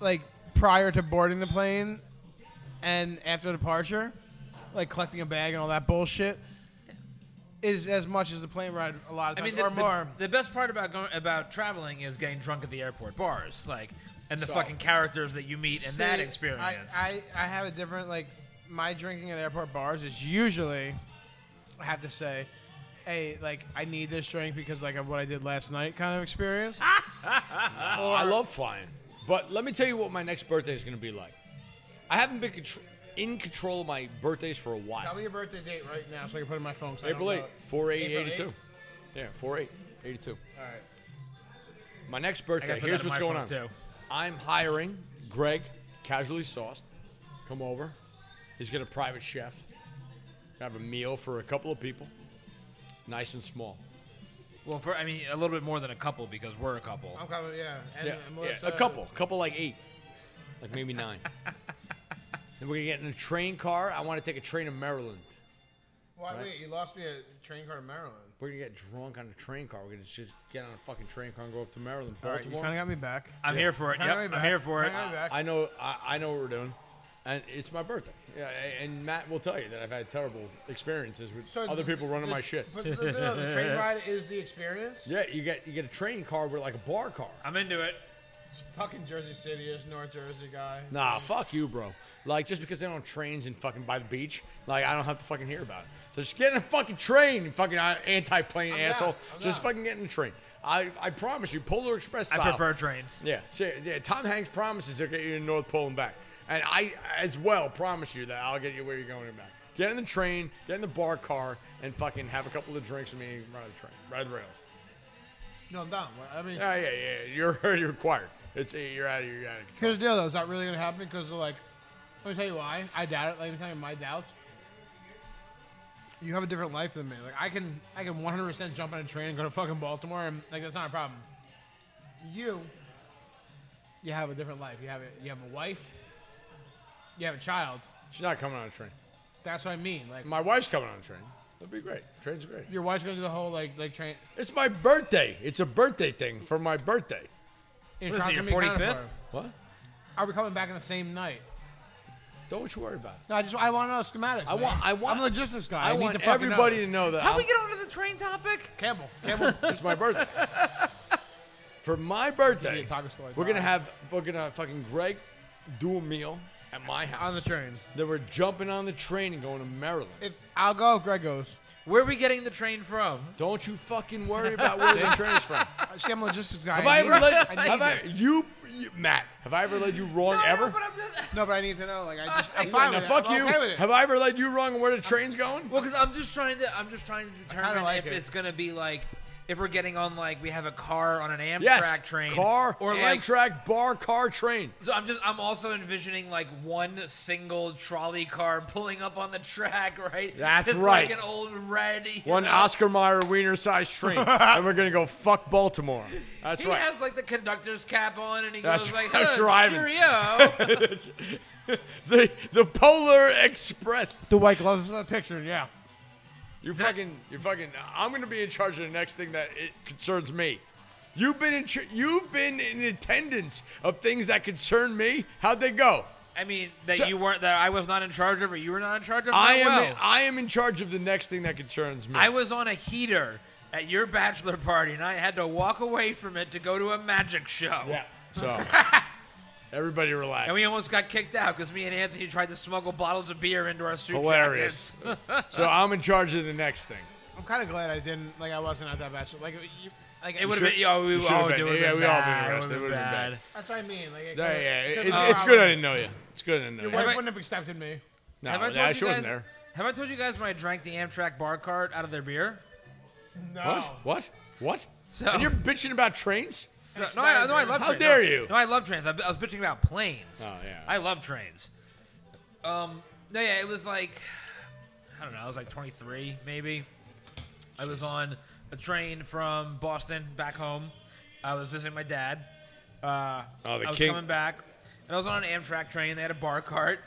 [SPEAKER 3] like prior to boarding the plane, and after departure, like collecting a bag and all that bullshit, is as much as the plane ride a lot of
[SPEAKER 2] I
[SPEAKER 3] times
[SPEAKER 2] mean, the,
[SPEAKER 3] or
[SPEAKER 2] the-
[SPEAKER 3] more.
[SPEAKER 2] the best part about going, about traveling is getting drunk at the airport bars, like, and the
[SPEAKER 4] So-
[SPEAKER 2] fucking characters that you meet in that
[SPEAKER 3] See,
[SPEAKER 2] experience.
[SPEAKER 3] I, I, I have a different like my drinking at airport bars is usually I have to say a like I need this drink because like of what I did last night kind of experience.
[SPEAKER 2] Ah!
[SPEAKER 4] I love flying. But let me tell you what my next birthday is going to be like. I haven't been contr- in control of my birthdays for a
[SPEAKER 3] Tell
[SPEAKER 4] while.
[SPEAKER 3] me your birthday date right now so I can put it in my phone. 'cause I
[SPEAKER 4] April
[SPEAKER 3] don't
[SPEAKER 4] 8,
[SPEAKER 3] know it.
[SPEAKER 4] 4 8
[SPEAKER 3] April
[SPEAKER 4] 82. Yeah, 4 8 82.
[SPEAKER 3] All right.
[SPEAKER 4] My next
[SPEAKER 2] I
[SPEAKER 4] birthday,
[SPEAKER 2] gotta put
[SPEAKER 4] here's
[SPEAKER 2] that in
[SPEAKER 4] what's
[SPEAKER 2] my
[SPEAKER 4] going
[SPEAKER 2] phone,
[SPEAKER 4] on.
[SPEAKER 2] Too.
[SPEAKER 4] I'm hiring Greg, casually sauced. Come over. He's got a private chef. Have a meal for a couple of people. Nice and small.
[SPEAKER 2] Well, for I mean, a little bit more than a couple because we're a couple.
[SPEAKER 3] I'm coming. Yeah. And
[SPEAKER 4] Yeah,
[SPEAKER 3] and
[SPEAKER 4] yeah,
[SPEAKER 3] Melissa-
[SPEAKER 4] a couple, a couple like eight, like maybe nine. then we're gonna get in a train car. I want to take a train to Maryland.
[SPEAKER 3] Why,
[SPEAKER 4] Right.
[SPEAKER 3] Wait, you lost me a train card in Maryland.
[SPEAKER 4] We're gonna get drunk on a train car. We're gonna just get on a fucking train car and go up to Maryland,
[SPEAKER 3] All right, you
[SPEAKER 4] Baltimore.
[SPEAKER 3] kind of got me back.
[SPEAKER 2] I'm here for it.
[SPEAKER 3] Hang
[SPEAKER 2] Yep,
[SPEAKER 3] on me
[SPEAKER 2] I'm
[SPEAKER 3] back.
[SPEAKER 2] here for it.
[SPEAKER 3] Hang on me back.
[SPEAKER 4] I know, I, I know what we're doing, and it's my birthday. Yeah, a- and Matt will tell you that I've had terrible experiences with
[SPEAKER 3] So
[SPEAKER 4] other
[SPEAKER 3] the-
[SPEAKER 4] people running
[SPEAKER 3] the-
[SPEAKER 4] my shit.
[SPEAKER 3] But the, the, no, the train ride is the experience.
[SPEAKER 4] Yeah, you get you get a train car with like a bar car.
[SPEAKER 2] I'm into it.
[SPEAKER 3] Fucking Jersey City is North Jersey guy.
[SPEAKER 4] Nah, fuck you, bro. Like just because they don't have trains and fucking by the beach, like I don't have to fucking hear about it. So just get in a fucking train, you fucking uh, anti-plane
[SPEAKER 3] I'm
[SPEAKER 4] asshole.
[SPEAKER 3] down. I'm
[SPEAKER 4] Just
[SPEAKER 3] down.
[SPEAKER 4] fucking get in a train. I, I promise you, Polar Express style.
[SPEAKER 2] I prefer trains.
[SPEAKER 4] Yeah, ser- yeah. Tom Hanks promises he'll get you to North Pole and back, and I as well promise you that I'll get you where you're going and back. Get in the train, get in the bar car, and fucking have a couple of drinks with me and ride the train, ride the rails.
[SPEAKER 3] No, I'm down. I mean,
[SPEAKER 4] Yeah, yeah, yeah. You're you're required. It's you're out of you're out of
[SPEAKER 3] Here's the deal, though. It's not really going to happen because, like, let me tell you why. I doubt it. Let me tell you my doubts. You have a different life than me. Like, I can, I can 100% jump on a train and go to fucking Baltimore, and like, that's not a problem. You, you have a different life. You have a, you have a wife. You have a child.
[SPEAKER 4] She's not coming on a train.
[SPEAKER 3] That's what I mean. Like,
[SPEAKER 4] My wife's coming on a train. That'd be great. Train's great.
[SPEAKER 3] your wife's going to do the whole like, like train.
[SPEAKER 4] It's my birthday. It's a birthday thing for my birthday.
[SPEAKER 3] insurance
[SPEAKER 2] your
[SPEAKER 3] gonna be accounted
[SPEAKER 2] 45th?
[SPEAKER 3] for.
[SPEAKER 4] What?
[SPEAKER 3] Are we coming back on the same night?
[SPEAKER 4] Don't you worry about it.
[SPEAKER 3] No, I just I want to know schematics.
[SPEAKER 4] I want-
[SPEAKER 3] man.
[SPEAKER 4] I want-
[SPEAKER 3] I'm a logistics guy.
[SPEAKER 4] I,
[SPEAKER 3] need
[SPEAKER 4] want
[SPEAKER 3] to fucking
[SPEAKER 4] everybody
[SPEAKER 3] Know.
[SPEAKER 4] to know that
[SPEAKER 2] How
[SPEAKER 4] I'm-
[SPEAKER 2] we get onto the train topic?
[SPEAKER 3] Campbell, Campbell,
[SPEAKER 4] it's my birthday. for my
[SPEAKER 3] Give me
[SPEAKER 4] birthday,
[SPEAKER 3] a taco store,
[SPEAKER 4] we're gonna
[SPEAKER 3] dog.
[SPEAKER 4] have we're gonna fucking Greg do a meal at my house.
[SPEAKER 3] on the train.
[SPEAKER 4] Then we're jumping on the train and going to Maryland.
[SPEAKER 3] If I'll go, if Greg goes.
[SPEAKER 2] Where are we getting the train from?
[SPEAKER 4] Don't you fucking worry about where the train's from.
[SPEAKER 3] I Uh, See, I'm a logistics guy.
[SPEAKER 4] Have I
[SPEAKER 3] need
[SPEAKER 4] ever
[SPEAKER 3] this.
[SPEAKER 4] led
[SPEAKER 3] I need
[SPEAKER 4] have I,
[SPEAKER 3] this.
[SPEAKER 4] you, you Matt? Have I ever led you wrong
[SPEAKER 2] No, no,
[SPEAKER 4] ever?
[SPEAKER 2] but I'm just-
[SPEAKER 3] No, but I need to know. Like, I just, I'm
[SPEAKER 2] Yeah,
[SPEAKER 3] fine
[SPEAKER 4] now
[SPEAKER 3] with
[SPEAKER 4] fuck
[SPEAKER 3] it. I'm
[SPEAKER 4] you.
[SPEAKER 3] Okay with it.
[SPEAKER 4] Have I ever led you wrong on where the train's going?
[SPEAKER 2] Well, because I'm just trying to, I'm just trying to determine
[SPEAKER 3] like
[SPEAKER 2] if
[SPEAKER 3] it.
[SPEAKER 2] it's gonna be like if we're getting on like we have a car on an Amtrak
[SPEAKER 4] Yes,
[SPEAKER 2] train
[SPEAKER 4] car
[SPEAKER 2] or like
[SPEAKER 4] Amtrak bar car train.
[SPEAKER 2] so I'm just I'm also envisioning like one single trolley car pulling up on the track, right?
[SPEAKER 4] That's
[SPEAKER 2] It's
[SPEAKER 4] right.
[SPEAKER 2] Like an old red. you
[SPEAKER 4] One
[SPEAKER 2] know?
[SPEAKER 4] Oscar Mayer wiener sized train, and we're gonna go fuck Baltimore. That's
[SPEAKER 2] He
[SPEAKER 4] right.
[SPEAKER 2] has like the conductor's cap on, and he
[SPEAKER 4] That's
[SPEAKER 2] goes like,
[SPEAKER 4] right,
[SPEAKER 2] huh,
[SPEAKER 4] driving.
[SPEAKER 2] "Cheerio."
[SPEAKER 4] the the Polar Express.
[SPEAKER 3] The white gloves is the picture, yeah.
[SPEAKER 4] You fucking, you fucking. I'm gonna be in charge of the next thing that it concerns me. You've been in, ch- you've been in attendance of things that concern me. How'd they go?
[SPEAKER 2] I mean, that
[SPEAKER 4] So-
[SPEAKER 2] you weren't, that I was not in charge of, or you were not in charge of.
[SPEAKER 4] I am,
[SPEAKER 2] Well,
[SPEAKER 4] I am in charge of the next thing that concerns me.
[SPEAKER 2] I was on a heater at your bachelor party, and I had to walk away from it to go to a magic show.
[SPEAKER 4] Yeah. So everybody relax.
[SPEAKER 2] And we almost got kicked out because me and Anthony tried to smuggle bottles of beer into our suit
[SPEAKER 4] Hilarious.
[SPEAKER 2] jackets.
[SPEAKER 4] so I'm in charge of the next thing.
[SPEAKER 3] I'm kind of glad I didn't, like, I wasn't at that bachelor. Like, you, like
[SPEAKER 2] It would
[SPEAKER 4] Sure.
[SPEAKER 2] have been, yo, we
[SPEAKER 4] You
[SPEAKER 2] all
[SPEAKER 4] should've been.
[SPEAKER 2] doing
[SPEAKER 4] Yeah,
[SPEAKER 2] been
[SPEAKER 4] we all been
[SPEAKER 2] bad. It
[SPEAKER 4] arrested.
[SPEAKER 2] would've
[SPEAKER 4] It would've been
[SPEAKER 2] bad.
[SPEAKER 4] bad.
[SPEAKER 3] That's what I mean. Like, it
[SPEAKER 4] Yeah,
[SPEAKER 3] could've-
[SPEAKER 4] yeah,
[SPEAKER 3] could've been
[SPEAKER 4] it- it's
[SPEAKER 3] a
[SPEAKER 4] good I
[SPEAKER 3] problem.
[SPEAKER 4] didn't know you. It's good I didn't know you.
[SPEAKER 3] Wife
[SPEAKER 2] Have I-
[SPEAKER 3] wouldn't have accepted me.
[SPEAKER 4] No,
[SPEAKER 2] Have I
[SPEAKER 4] Oh, yeah,
[SPEAKER 2] told you
[SPEAKER 4] she wasn't
[SPEAKER 2] guys-
[SPEAKER 4] there.
[SPEAKER 2] Have I told you guys when I drank the Amtrak bar cart out of their beer?
[SPEAKER 3] No.
[SPEAKER 4] What? What? What?
[SPEAKER 2] So-
[SPEAKER 4] and you're bitching about trains?
[SPEAKER 2] So, no, I, no, I love.
[SPEAKER 4] How
[SPEAKER 2] trains.
[SPEAKER 4] dare
[SPEAKER 2] No,
[SPEAKER 4] you.
[SPEAKER 2] No, I love trains. I, I was bitching about planes.
[SPEAKER 4] Oh, yeah.
[SPEAKER 2] I love trains. Um, no, yeah, it was like, I don't know, I was like 23 maybe. I was on a train from Boston back home. I was visiting my dad. Uh,
[SPEAKER 4] Oh, the
[SPEAKER 2] I was
[SPEAKER 4] king-
[SPEAKER 2] coming back, and I was on an Amtrak train. They had a bar cart,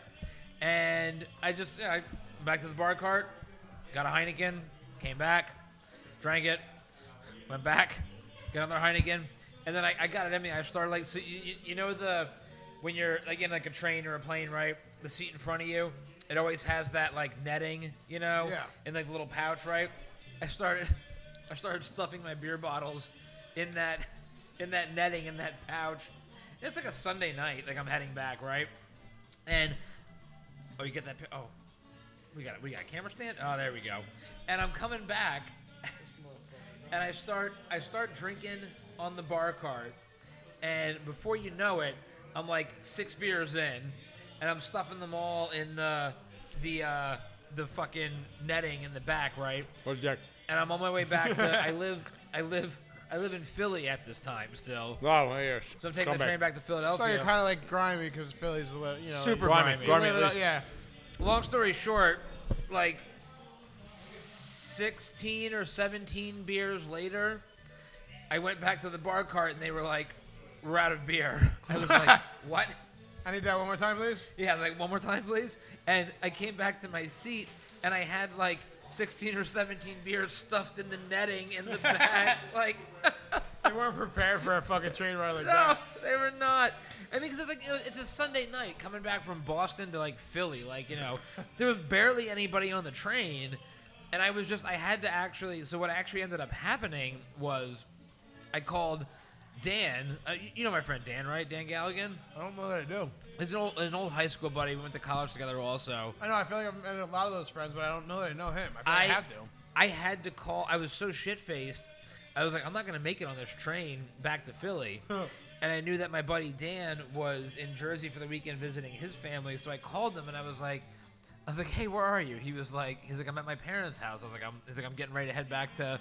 [SPEAKER 2] and I just yeah, I back to the bar cart, got a Heineken, came back, drank it, went back, got another Heineken, and then I, I got it in me. I started like so you, you, you know the when you're like in like a train or a plane, right? The seat in front of you, it always has that like netting, you know,
[SPEAKER 3] Yeah.
[SPEAKER 2] in like the little pouch, right? I started I started stuffing my beer bottles in that in that netting in that pouch. It's like a Sunday night, like I'm heading back, right? And oh, you get that? pi- Oh, we got it. We got a camera stand. Oh, there we go. And I'm coming back, and I start I start drinking on the bar cart, and before you know it, I'm like six beers in, and I'm stuffing them all in the the uh, the fucking netting in the back, right?
[SPEAKER 4] Or Jack?
[SPEAKER 2] And I'm on my way back to I live I live I live in Philly at this time still,
[SPEAKER 4] No, oh, yes.
[SPEAKER 2] so I'm taking
[SPEAKER 4] Come
[SPEAKER 2] the train back to
[SPEAKER 3] So you're
[SPEAKER 2] Philadelphia.
[SPEAKER 3] kind of like grimy because Philly's a little, you know.
[SPEAKER 2] Super
[SPEAKER 3] like,
[SPEAKER 2] grimy.
[SPEAKER 3] you
[SPEAKER 4] Grimy
[SPEAKER 3] live
[SPEAKER 4] at
[SPEAKER 3] it
[SPEAKER 4] least.
[SPEAKER 3] up- yeah.
[SPEAKER 2] Long story short, like 16 or 17 beers later, I went back to the bar cart and they were like, we're out of beer. I was like, what?
[SPEAKER 3] I need that one more time, please.
[SPEAKER 2] Yeah, like one more time, please. And I came back to my seat and I had like 16 or 17 beers stuffed in the netting in the back. like,
[SPEAKER 3] They weren't prepared for a fucking train ride like
[SPEAKER 2] no,
[SPEAKER 3] that.
[SPEAKER 2] they were not. I mean, because it's like you know, it's a Sunday night coming back from Boston to like Philly. Like you know, there was barely anybody on the train, and I was just I had to actually. So what actually ended up happening was, I called Dan. Uh, you- you know my friend Dan, right? Dan Galligan.
[SPEAKER 3] I don't know that I do.
[SPEAKER 2] He's an old an old high school buddy. We went to college together also.
[SPEAKER 3] I know. I feel like I've met a lot of those friends, but I don't know that I know him. I feel
[SPEAKER 2] I
[SPEAKER 3] like I have to.
[SPEAKER 2] I had to call. I was so shit faced. I was like, I'm not gonna make it on this train back to Philly. and I knew that my buddy Dan was in Jersey for the weekend visiting his family, so I called him and I was like, I was like, Hey, where are you? He was like, He's like, I'm at my parents' house. I was like, I'm, he's like, I'm getting ready to head back to,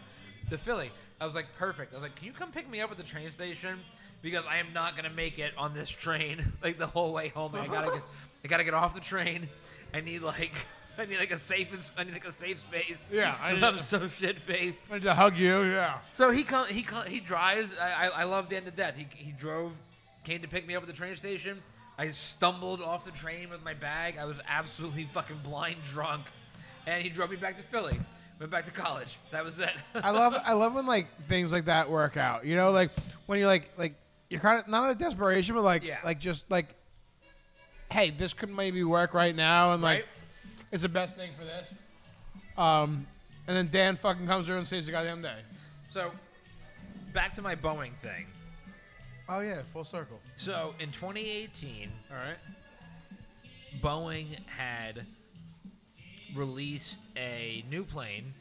[SPEAKER 2] to Philly. I was like, Perfect. I was like, Can you come pick me up at the train station? Because I am not gonna make it on this train like the whole way home. I gotta get, I gotta get off the train. I need like. I need like a safe, ins- I need like a safe space.
[SPEAKER 3] Yeah, I
[SPEAKER 2] 'Cause
[SPEAKER 3] need-
[SPEAKER 2] I'm so shit faced.
[SPEAKER 3] I need to hug you. Yeah.
[SPEAKER 2] So he come, he come, he drives. I, I, I love Dan to death. He, he drove, came to pick me up at the train station. I stumbled off the train with my bag. I was absolutely fucking blind drunk, and he drove me back to Philly. Went back to college. That was it.
[SPEAKER 3] I love I love when like things like that work out. You know, like when you're like like you're kind of not out of desperation, but like
[SPEAKER 2] Yeah.
[SPEAKER 3] like just like, hey, this could maybe work right now, and like
[SPEAKER 2] Right.
[SPEAKER 3] it's the best thing for this. Um, and then Dan fucking comes here and saves the goddamn day.
[SPEAKER 2] so, back to my Boeing thing.
[SPEAKER 3] Oh yeah, full circle.
[SPEAKER 2] So in 2018,
[SPEAKER 3] All right.
[SPEAKER 2] Boeing had released a new plane.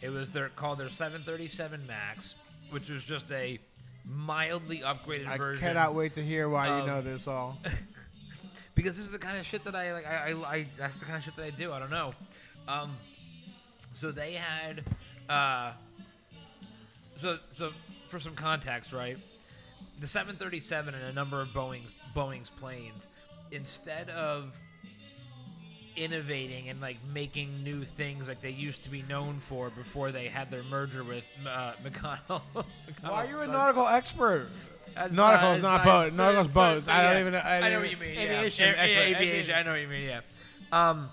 [SPEAKER 2] It was their called their 737 Max, which was just a mildly upgraded
[SPEAKER 3] I
[SPEAKER 2] version.
[SPEAKER 3] cannot wait to hear why
[SPEAKER 2] of-
[SPEAKER 3] you know this all.
[SPEAKER 2] because this is the kind of shit that I like. I, I, I that's the kind of shit that I do. I don't know. Um, so they had, uh, So, so for some context, right? The 737 and a number of Boeing's Boeing's planes, instead of innovating and like making new things like they used to be known for before they had their merger with uh, McConnell.
[SPEAKER 3] Why are you a
[SPEAKER 2] McConnell-
[SPEAKER 3] nautical expert?
[SPEAKER 2] That's
[SPEAKER 3] Nautical
[SPEAKER 2] not-
[SPEAKER 3] is not
[SPEAKER 2] it's
[SPEAKER 3] boat. Nautical's
[SPEAKER 2] it's
[SPEAKER 3] boats. I don't
[SPEAKER 2] yeah.
[SPEAKER 3] even know- I
[SPEAKER 2] I know
[SPEAKER 3] don't
[SPEAKER 2] what you
[SPEAKER 3] even-
[SPEAKER 2] mean.
[SPEAKER 3] aviation
[SPEAKER 2] yeah. Air- yeah,
[SPEAKER 3] expert,
[SPEAKER 2] aviation.
[SPEAKER 3] aviation.
[SPEAKER 2] I know what you mean. Yeah. Um,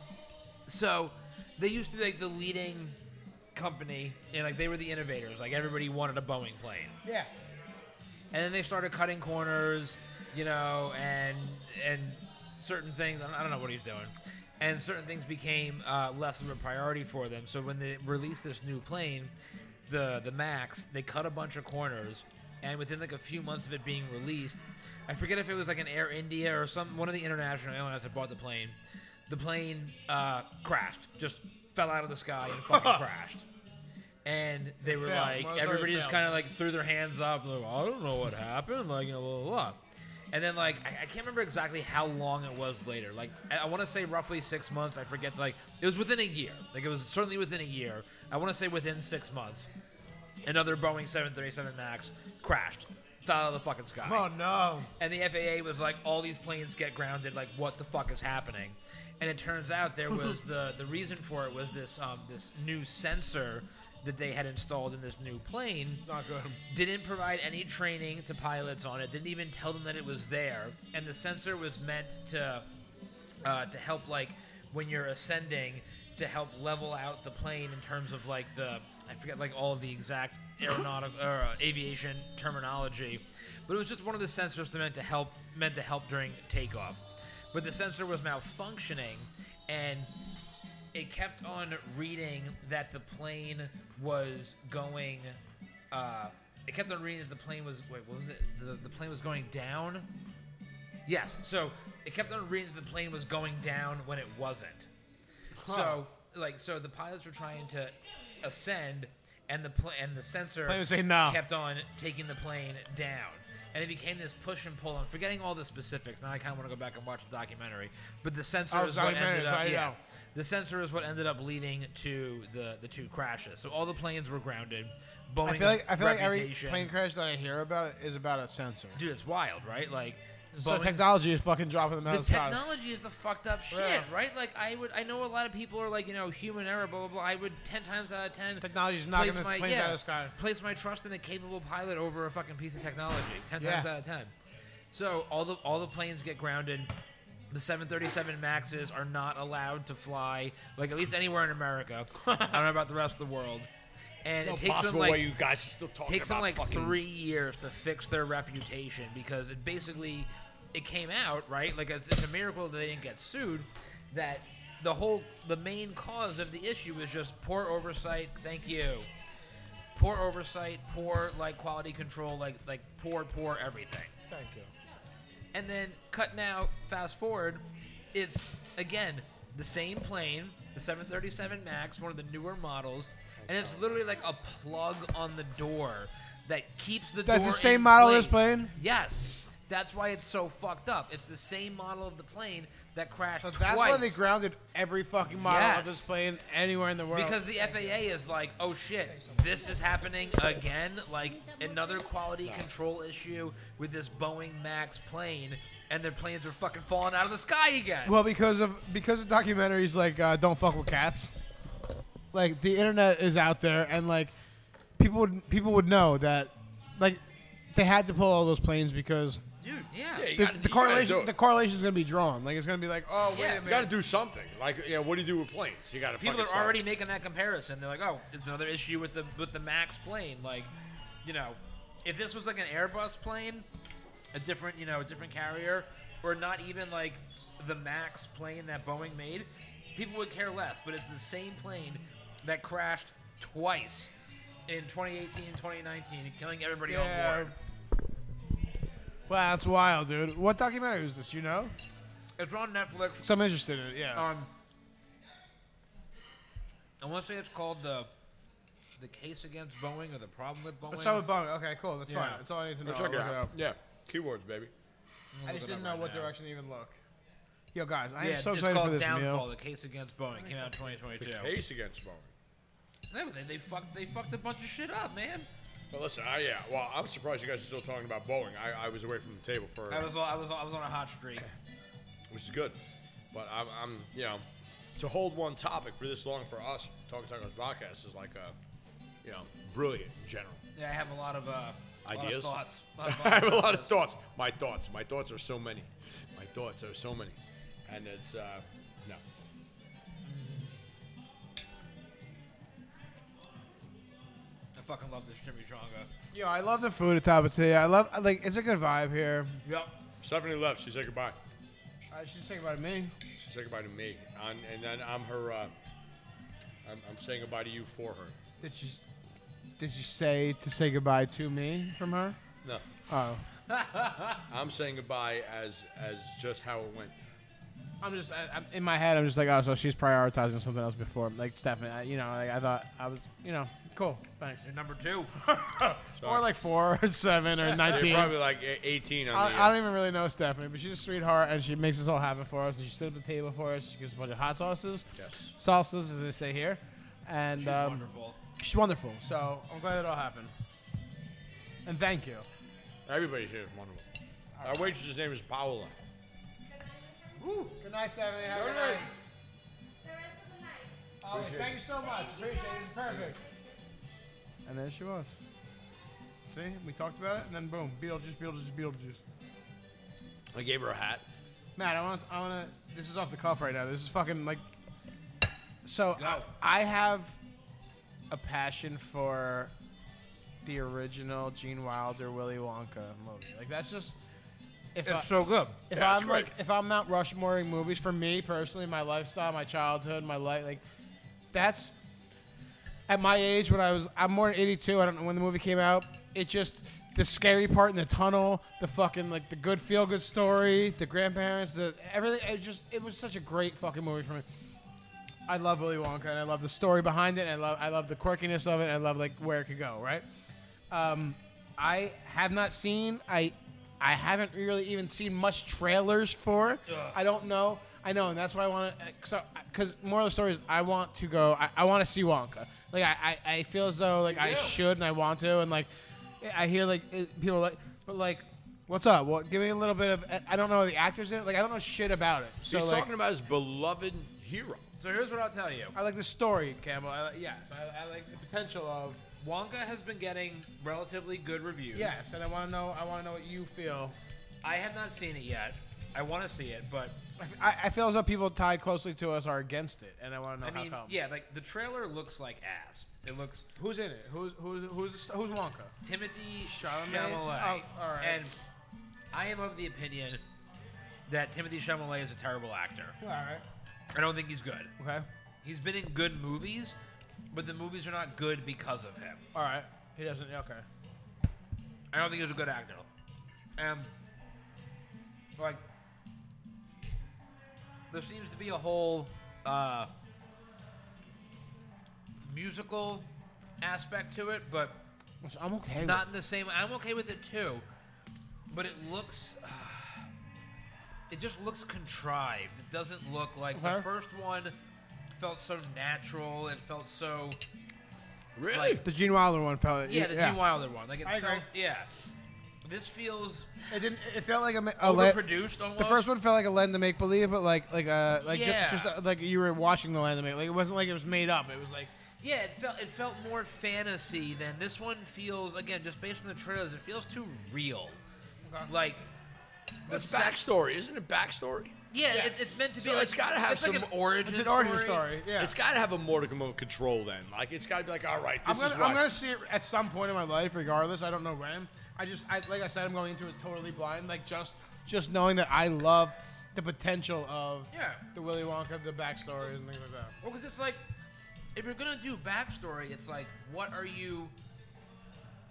[SPEAKER 2] so they used to be like the leading company, and like they were the innovators. Like everybody wanted a Boeing plane,
[SPEAKER 3] Yeah.
[SPEAKER 2] and then they started cutting corners, you know, and and certain things. I don't- I don't know what he's doing. And certain things became uh, less of a priority for them. So when they released this new plane, the the Max, they cut a bunch of corners, and within like a few months of it being released, I forget if it was like an Air India or some one of the international airlines that bought the plane. The plane uh, crashed, just fell out of the sky and fucking crashed. And they were
[SPEAKER 3] failed.
[SPEAKER 2] like,
[SPEAKER 3] Well, it's already
[SPEAKER 2] everybody just
[SPEAKER 3] failed.
[SPEAKER 2] kind of like threw their hands up, like, I don't know what happened, like, you know, blah, blah, blah. And then, like, I, I can't remember exactly how long it was later. Like, I, I want to say roughly six months. I forget, like, it was within a year. Like, it was certainly within a year. I want to say within six months, another Boeing 737 MAX crashed, fell out of the fucking sky.
[SPEAKER 3] Oh no.
[SPEAKER 2] And the FAA was like, all these planes get grounded. Like, what the fuck is happening? And it turns out there was the the reason for it was this um, this new sensor that they had installed in this new plane
[SPEAKER 3] Not good.
[SPEAKER 2] didn't provide any training to pilots on it. Didn't even tell them that it was there. And the sensor was meant to uh, to help like when you're ascending to help level out the plane in terms of like the I forget like all of the exact aeronautic or uh, aviation terminology, but it was just one of the sensors that meant to help meant to help during takeoff. But the sensor was malfunctioning, and it kept on reading that the plane was going. Uh, it kept on reading that the plane was wait, what was it? The, the plane was going down. Yes. So it kept on reading that the plane was going down when it wasn't. So like so the pilots were trying to ascend and the pl- and the sensor
[SPEAKER 3] Plane was saying no.
[SPEAKER 2] kept on taking the plane down. And it became this push and pull. I'm forgetting all the specifics. Now I kind of want to go back and watch the documentary. But the sensor
[SPEAKER 3] Oh,
[SPEAKER 2] is what
[SPEAKER 3] documentary,
[SPEAKER 2] ended
[SPEAKER 3] so
[SPEAKER 2] up.
[SPEAKER 3] I
[SPEAKER 2] yeah,
[SPEAKER 3] know.
[SPEAKER 2] the sensor is what ended up leading to the the two crashes. So all the planes were grounded. Boeing.
[SPEAKER 3] I feel like I feel like every
[SPEAKER 2] reputation,
[SPEAKER 3] plane crash that I hear about is about a sensor.
[SPEAKER 2] Dude, it's wild, right? Like
[SPEAKER 3] So
[SPEAKER 2] Boeing's-
[SPEAKER 3] technology is fucking dropping them out
[SPEAKER 2] the
[SPEAKER 3] of the sky.
[SPEAKER 2] technology is the fucked up shit,
[SPEAKER 3] Yeah.
[SPEAKER 2] right? Like I would, I know a lot of people are like, you know, human error, blah blah blah. I would ten times out of ten,
[SPEAKER 3] Technology's knocking
[SPEAKER 2] place
[SPEAKER 3] this
[SPEAKER 2] my-
[SPEAKER 3] plane out of the sky.
[SPEAKER 2] place my trust in a capable pilot over a fucking piece of technology. Ten
[SPEAKER 3] Yeah.
[SPEAKER 2] times out of ten. So all the all the planes get grounded. The 737 Maxes are not allowed to fly, like at least anywhere in America. I don't know about the rest of the world. And
[SPEAKER 4] No
[SPEAKER 2] it takes them
[SPEAKER 4] possible
[SPEAKER 2] like
[SPEAKER 4] way you guys are still talking
[SPEAKER 2] takes them
[SPEAKER 4] about
[SPEAKER 2] like
[SPEAKER 4] fucking-
[SPEAKER 2] three years to fix their reputation because it basically it came out right like it's, it's a miracle that they didn't get sued that the whole the main cause of the issue was just poor oversight thank you poor oversight poor like quality control like like poor poor everything
[SPEAKER 3] Thank you.
[SPEAKER 2] and then cut now, fast forward, it's again the same plane, the 737 MAX, one of the newer models, and it's literally like a plug on the door that keeps the door.
[SPEAKER 3] That's the same
[SPEAKER 2] in
[SPEAKER 3] model as
[SPEAKER 2] place.
[SPEAKER 3] plane?
[SPEAKER 2] Yes. That's why it's so fucked up. It's the same model of the plane that crashed
[SPEAKER 3] So
[SPEAKER 2] twice.
[SPEAKER 3] that's why they grounded every fucking model
[SPEAKER 2] Yes.
[SPEAKER 3] of this plane anywhere in the world.
[SPEAKER 2] Because the FAA is like, oh shit, this is happening again. Like another quality control issue with this Boeing Max plane, and their planes are fucking falling out of the sky again.
[SPEAKER 3] well, because of because of documentaries like uh, "Don't Fuck with Cats," like the internet is out there, and like people would people would know that like they had to pull all those planes because
[SPEAKER 2] Dude, yeah.
[SPEAKER 4] Yeah,
[SPEAKER 3] the,
[SPEAKER 4] you gotta-
[SPEAKER 3] the
[SPEAKER 4] you gotta do
[SPEAKER 3] correlation
[SPEAKER 4] it.
[SPEAKER 3] the correlation is gonna be drawn. Like it's gonna be like, oh wait
[SPEAKER 2] Yeah.
[SPEAKER 3] a
[SPEAKER 2] You
[SPEAKER 3] minute,
[SPEAKER 4] You got to do something. Like, you know, what do you do with planes? You got to.
[SPEAKER 2] People are already making that comparison. They're like, oh, it's another issue with the with the Max plane. Like, you know, if this was like an Airbus plane, a different, you know, a different carrier, or not even like the Max plane that Boeing made, people would care less. But it's the same plane that crashed twice in 2018 and 2019, killing everybody on
[SPEAKER 3] Yeah.
[SPEAKER 2] board.
[SPEAKER 3] Wow, that's wild, dude. What documentary was this? You know?
[SPEAKER 2] It's on Netflix.
[SPEAKER 3] So I'm interested in it. Yeah.
[SPEAKER 2] Um, I want to say it's called the the case against Boeing or the problem with Boeing.
[SPEAKER 3] Let's start with Boeing. Okay, cool. That's
[SPEAKER 2] Yeah.
[SPEAKER 3] fine. That's all I need to know.
[SPEAKER 4] Go
[SPEAKER 3] I'll
[SPEAKER 4] check it
[SPEAKER 3] look it
[SPEAKER 4] out.
[SPEAKER 3] up.
[SPEAKER 4] Yeah, keywords, baby.
[SPEAKER 3] I just
[SPEAKER 2] Look it
[SPEAKER 3] didn't
[SPEAKER 2] up
[SPEAKER 3] know
[SPEAKER 2] right
[SPEAKER 3] what
[SPEAKER 2] now.
[SPEAKER 3] direction to even look. Yo, guys, I
[SPEAKER 2] Yeah,
[SPEAKER 3] am so
[SPEAKER 2] it's
[SPEAKER 3] excited
[SPEAKER 2] called
[SPEAKER 3] for this
[SPEAKER 2] Downfall,
[SPEAKER 3] meal.
[SPEAKER 2] the case against Boeing. Came out in 2022.
[SPEAKER 4] Case against Boeing.
[SPEAKER 2] Yeah, but they, they fucked they fucked a bunch of shit up, man.
[SPEAKER 4] But listen, I, yeah, well, I'm surprised you guys are still talking about Boeing. I, I was away from the table for,
[SPEAKER 2] I was on- I was on- I was on a hot streak.
[SPEAKER 4] which is good. But I'm, I'm, you know, to hold one topic for this long for us, Talking Tacos podcast is like a, you know, brilliant in general.
[SPEAKER 2] Yeah, I have a lot of uh, a lot of
[SPEAKER 4] Ideas?
[SPEAKER 2] thoughts. A lot of
[SPEAKER 4] I have a
[SPEAKER 2] thoughts.
[SPEAKER 4] lot of thoughts. My thoughts. My thoughts are so many. My thoughts are so many. And it's, uh, no.
[SPEAKER 2] I fucking love this chimichanga.
[SPEAKER 3] Yo, I love the food at Tabatia. I love like it's a good vibe here.
[SPEAKER 2] Yep.
[SPEAKER 4] Stephanie left. She said goodbye.
[SPEAKER 3] Uh, she's thinking about me.
[SPEAKER 4] She said goodbye to me. And, and then I'm her, uh, I'm, I'm saying goodbye to you for her.
[SPEAKER 3] Did she? Did she say to say goodbye to me from her?
[SPEAKER 4] No.
[SPEAKER 3] Oh,
[SPEAKER 4] I'm saying goodbye as, as just how it went.
[SPEAKER 3] I'm just I, I'm, in my head. I'm just like, oh, so she's prioritizing something else before, like Stephanie. I, you know, like I thought I was, you know, cool, thanks.
[SPEAKER 2] And number two.
[SPEAKER 3] Or like four or seven or
[SPEAKER 4] You're
[SPEAKER 3] nineteen.
[SPEAKER 4] probably like e- 18 on the
[SPEAKER 3] I, I don't even really know Stephanie, but she's a sweetheart and she makes this all happen for us. And she set up the table for us. She gives us a bunch of hot sauces,
[SPEAKER 4] Yes.
[SPEAKER 3] salsas, as they say here, and
[SPEAKER 2] She's
[SPEAKER 3] um,
[SPEAKER 2] wonderful.
[SPEAKER 3] she's wonderful. So I'm glad it all happened. And thank you.
[SPEAKER 4] Everybody's here is wonderful. Our waitress's name is Paola.
[SPEAKER 3] Good night, Stephanie. Have a good night. Always. Thank you so much. Appreciate it. Perfect. And there she was. See, we talked about it, and then boom, Beetlejuice, Beetlejuice, Beetlejuice.
[SPEAKER 4] I gave her a hat.
[SPEAKER 3] Matt, I want, I want to. This is off the cuff right now. This is fucking like. So
[SPEAKER 2] Go.
[SPEAKER 3] I, I have a passion for the original Gene Wilder Willy Wonka movie. Like that's just. If I-
[SPEAKER 2] It's so good.
[SPEAKER 3] If
[SPEAKER 4] Yeah, it's
[SPEAKER 3] I'm
[SPEAKER 4] great.
[SPEAKER 3] like, if I'm Mount Rushmoreing movies for me personally, my lifestyle, my childhood, my life, like, that's at my age when I was, I'm more than 82. I don't know when the movie came out. It just the scary part in the tunnel, the fucking like the good feel good story, the grandparents, the everything. It just it was such a great fucking movie for me. I love Willy Wonka and I love the story behind it. And I love I love the quirkiness of it. And I love like where it could go. Right. Um, I have not seen. I I haven't really even seen much trailers for. I don't know. I know, and that's why I want to. Because moral of the story is, I want to go. I, I want to see Wonka. Like I, I, I feel as though like I
[SPEAKER 2] do.
[SPEAKER 3] should and I want to, and like I hear like it, people are like, but like, what's up? Well, give me a little bit of. eh, I- I don't know the actors in it. Like I don't know shit about it. So
[SPEAKER 4] He's
[SPEAKER 3] like,
[SPEAKER 4] talking about his beloved hero.
[SPEAKER 2] So here's what I'll tell you.
[SPEAKER 3] I like the story, Campbell. I, like- yeah, so I, I like the potential of.
[SPEAKER 2] Wonka has been getting relatively good reviews.
[SPEAKER 3] Yes, and I want to know. I want to know what you feel.
[SPEAKER 2] I have not seen it yet. I want to see it, but
[SPEAKER 3] I, I feel as though people tied closely to us are against it, and I want to know
[SPEAKER 2] I
[SPEAKER 3] Oh, how
[SPEAKER 2] mean,
[SPEAKER 3] come.
[SPEAKER 2] yeah, like the trailer looks like ass. It looks
[SPEAKER 3] Who's in it? Who's who's who's who's Wonka?
[SPEAKER 2] Timothy
[SPEAKER 3] Chalamet?
[SPEAKER 2] Chalamet.
[SPEAKER 3] Oh, all right.
[SPEAKER 2] And I am of the opinion that Timothy Chalamet is a terrible actor.
[SPEAKER 3] All right.
[SPEAKER 2] I don't think he's good.
[SPEAKER 3] Okay.
[SPEAKER 2] He's been in good movies, but the movies are not good because of him.
[SPEAKER 3] All right. He doesn't. Okay.
[SPEAKER 2] I don't think he was a good actor. Um, like, there seems to be a whole uh, musical aspect to it, but
[SPEAKER 3] I'm okay.
[SPEAKER 2] not in the same. I'm okay with it too, but it looks. it just looks contrived. It doesn't look like
[SPEAKER 3] Okay.
[SPEAKER 2] the first one felt so natural. It felt so
[SPEAKER 4] Really?
[SPEAKER 2] Like-
[SPEAKER 3] the Gene Wilder one felt it.
[SPEAKER 2] yeah, the Gene Wilder one. Like it
[SPEAKER 3] I
[SPEAKER 2] felt
[SPEAKER 3] agree.
[SPEAKER 2] yeah. This feels
[SPEAKER 3] It didn't. It felt like a, ma- a le-
[SPEAKER 2] overproduced almost.
[SPEAKER 3] Oh, The first one felt like a lend to make believe, but like like uh like ju-
[SPEAKER 2] Yeah.
[SPEAKER 3] just, uh, like you were watching the lend to make. Like it wasn't like it was made up. It was like
[SPEAKER 2] Yeah, it felt it felt more fantasy than this one feels. Again, just based on the trailers, it feels too real. Like the
[SPEAKER 4] That's
[SPEAKER 2] sex-
[SPEAKER 4] backstory. Isn't it backstory?
[SPEAKER 2] Yeah, It, it's meant to be.
[SPEAKER 4] So
[SPEAKER 2] like,
[SPEAKER 4] it's gotta have
[SPEAKER 2] it's like
[SPEAKER 4] some-
[SPEAKER 2] an origin.
[SPEAKER 3] it's an origin story. Yeah.
[SPEAKER 4] It's got to have a modicum of control then. Like, it's got to be like, all right,
[SPEAKER 3] I'm
[SPEAKER 4] this
[SPEAKER 3] gonna,
[SPEAKER 4] is
[SPEAKER 3] I'm
[SPEAKER 4] what.
[SPEAKER 3] gonna see it at some point in my life, regardless. I don't know when. I just, I, like I said, I'm going into it totally blind. Like just, just knowing that I love the potential of
[SPEAKER 2] Yeah.
[SPEAKER 3] the Willy Wonka, the backstory and things like that.
[SPEAKER 2] Well, because it's like, if you're gonna do backstory, it's like, what are you?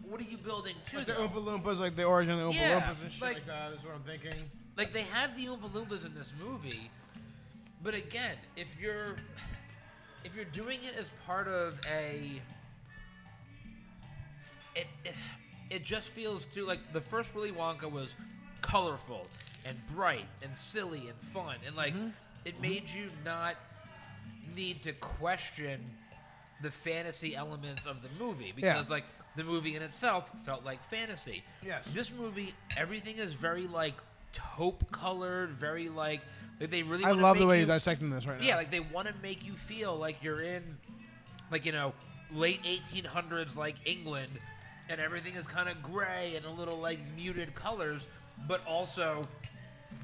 [SPEAKER 2] What are you building to?
[SPEAKER 3] Like the
[SPEAKER 2] though?
[SPEAKER 3] Oompa Loompas, like the origin of the Oompa
[SPEAKER 2] Yeah,
[SPEAKER 3] Loompas and shit like,
[SPEAKER 2] like-
[SPEAKER 3] that is what I'm thinking.
[SPEAKER 2] Like they have the Oompa Loompas in this movie, but again, if you're if you're doing it as part of a, it it, it just feels too like the first Willy Wonka was colorful and bright and silly and fun and like it made you not need to question the fantasy elements of the movie because like the movie in itself felt like fantasy.
[SPEAKER 3] Yes.
[SPEAKER 2] This movie, everything is very like taupe colored, very like like, they really.
[SPEAKER 3] I
[SPEAKER 2] wanna
[SPEAKER 3] love the
[SPEAKER 2] make
[SPEAKER 3] way
[SPEAKER 2] you-
[SPEAKER 3] you're dissecting this right now.
[SPEAKER 2] yeah, like they want to make you feel like you're in, like you know, late 1800s like England, and everything is kind of gray and a little like muted colors, but also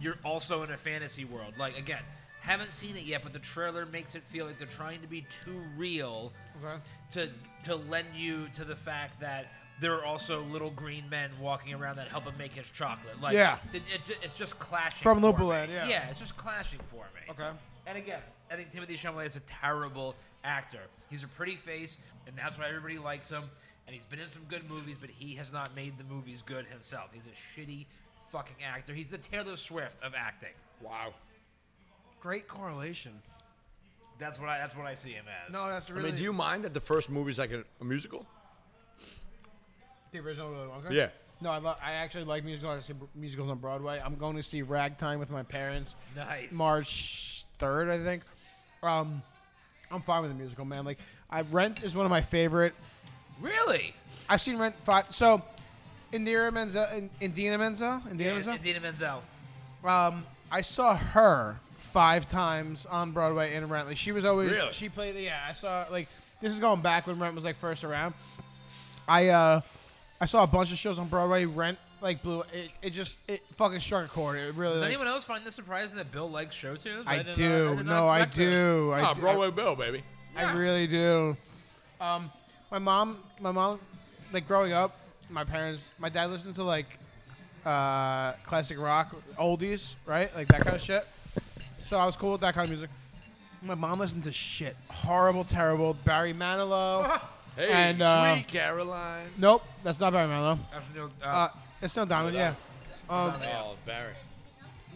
[SPEAKER 2] you're also in a fantasy world. Like again, haven't seen it yet, but the trailer makes it feel like they're trying to be too real
[SPEAKER 3] Okay.
[SPEAKER 2] to to lend you to the fact that. There are also little green men walking around that help him make his chocolate. Like,
[SPEAKER 3] Yeah.
[SPEAKER 2] it, it ju- it's just clashing.
[SPEAKER 3] From
[SPEAKER 2] for
[SPEAKER 3] Lupulad,
[SPEAKER 2] me.
[SPEAKER 3] yeah.
[SPEAKER 2] yeah, it's just clashing for me.
[SPEAKER 3] Okay.
[SPEAKER 2] And again, I think Timothy Chalamet is a terrible actor. He's a pretty face, and that's why everybody likes him. And he's been in some good movies, but he has not made the movies good himself. He's a shitty fucking actor. He's the Taylor Swift of acting.
[SPEAKER 4] Wow.
[SPEAKER 3] Great correlation.
[SPEAKER 2] That's what I. That's what I see him as.
[SPEAKER 3] No, uh, that's
[SPEAKER 4] I
[SPEAKER 3] really
[SPEAKER 4] mean, do you mind that the first movie is like a, a musical?
[SPEAKER 3] the original Willy Wonka.
[SPEAKER 4] Yeah.
[SPEAKER 3] No, I, lo- I actually like musicals. I see br- musicals on Broadway. I'm going to see Ragtime with my parents.
[SPEAKER 2] nice.
[SPEAKER 3] March third, I think. Um, I'm fine with the musical, man. Like, I Rent is one of my favorite.
[SPEAKER 2] really?
[SPEAKER 3] I've seen Rent five. So, Indira Menza, in, Indina Menza, Indina Menza.
[SPEAKER 2] Idina Menzel.
[SPEAKER 3] Um, I saw her five times on Broadway in Rent. Like, she was always
[SPEAKER 4] Really?
[SPEAKER 3] she played. Yeah, I saw like this is going back when Rent was like first around. I uh, I saw a bunch of shows on Broadway. Rent like blew it. It just it fucking struck a chord. It really.
[SPEAKER 2] Does
[SPEAKER 3] like-
[SPEAKER 2] anyone else find this surprising that Bill likes show tunes?
[SPEAKER 3] I,
[SPEAKER 2] did not-
[SPEAKER 3] do.
[SPEAKER 2] did not
[SPEAKER 3] no, I
[SPEAKER 2] expect that.
[SPEAKER 3] do. I,
[SPEAKER 4] Ah,
[SPEAKER 3] do.
[SPEAKER 4] Broadway Bill, baby.
[SPEAKER 3] I really do. Um, my mom, my mom, like growing up, my parents, my dad listened to like uh, classic rock, oldies, right, like that kind of shit. So I was cool with that kind of music. My mom listened to shit, horrible, terrible Barry Manilow.
[SPEAKER 4] Hey,
[SPEAKER 3] And, uh,
[SPEAKER 4] sweet Caroline.
[SPEAKER 3] nope, that's not Barry Manilow.
[SPEAKER 2] That's no- uh,
[SPEAKER 3] Uh, it's no diamond, yeah. Um,
[SPEAKER 4] Oh, Barry.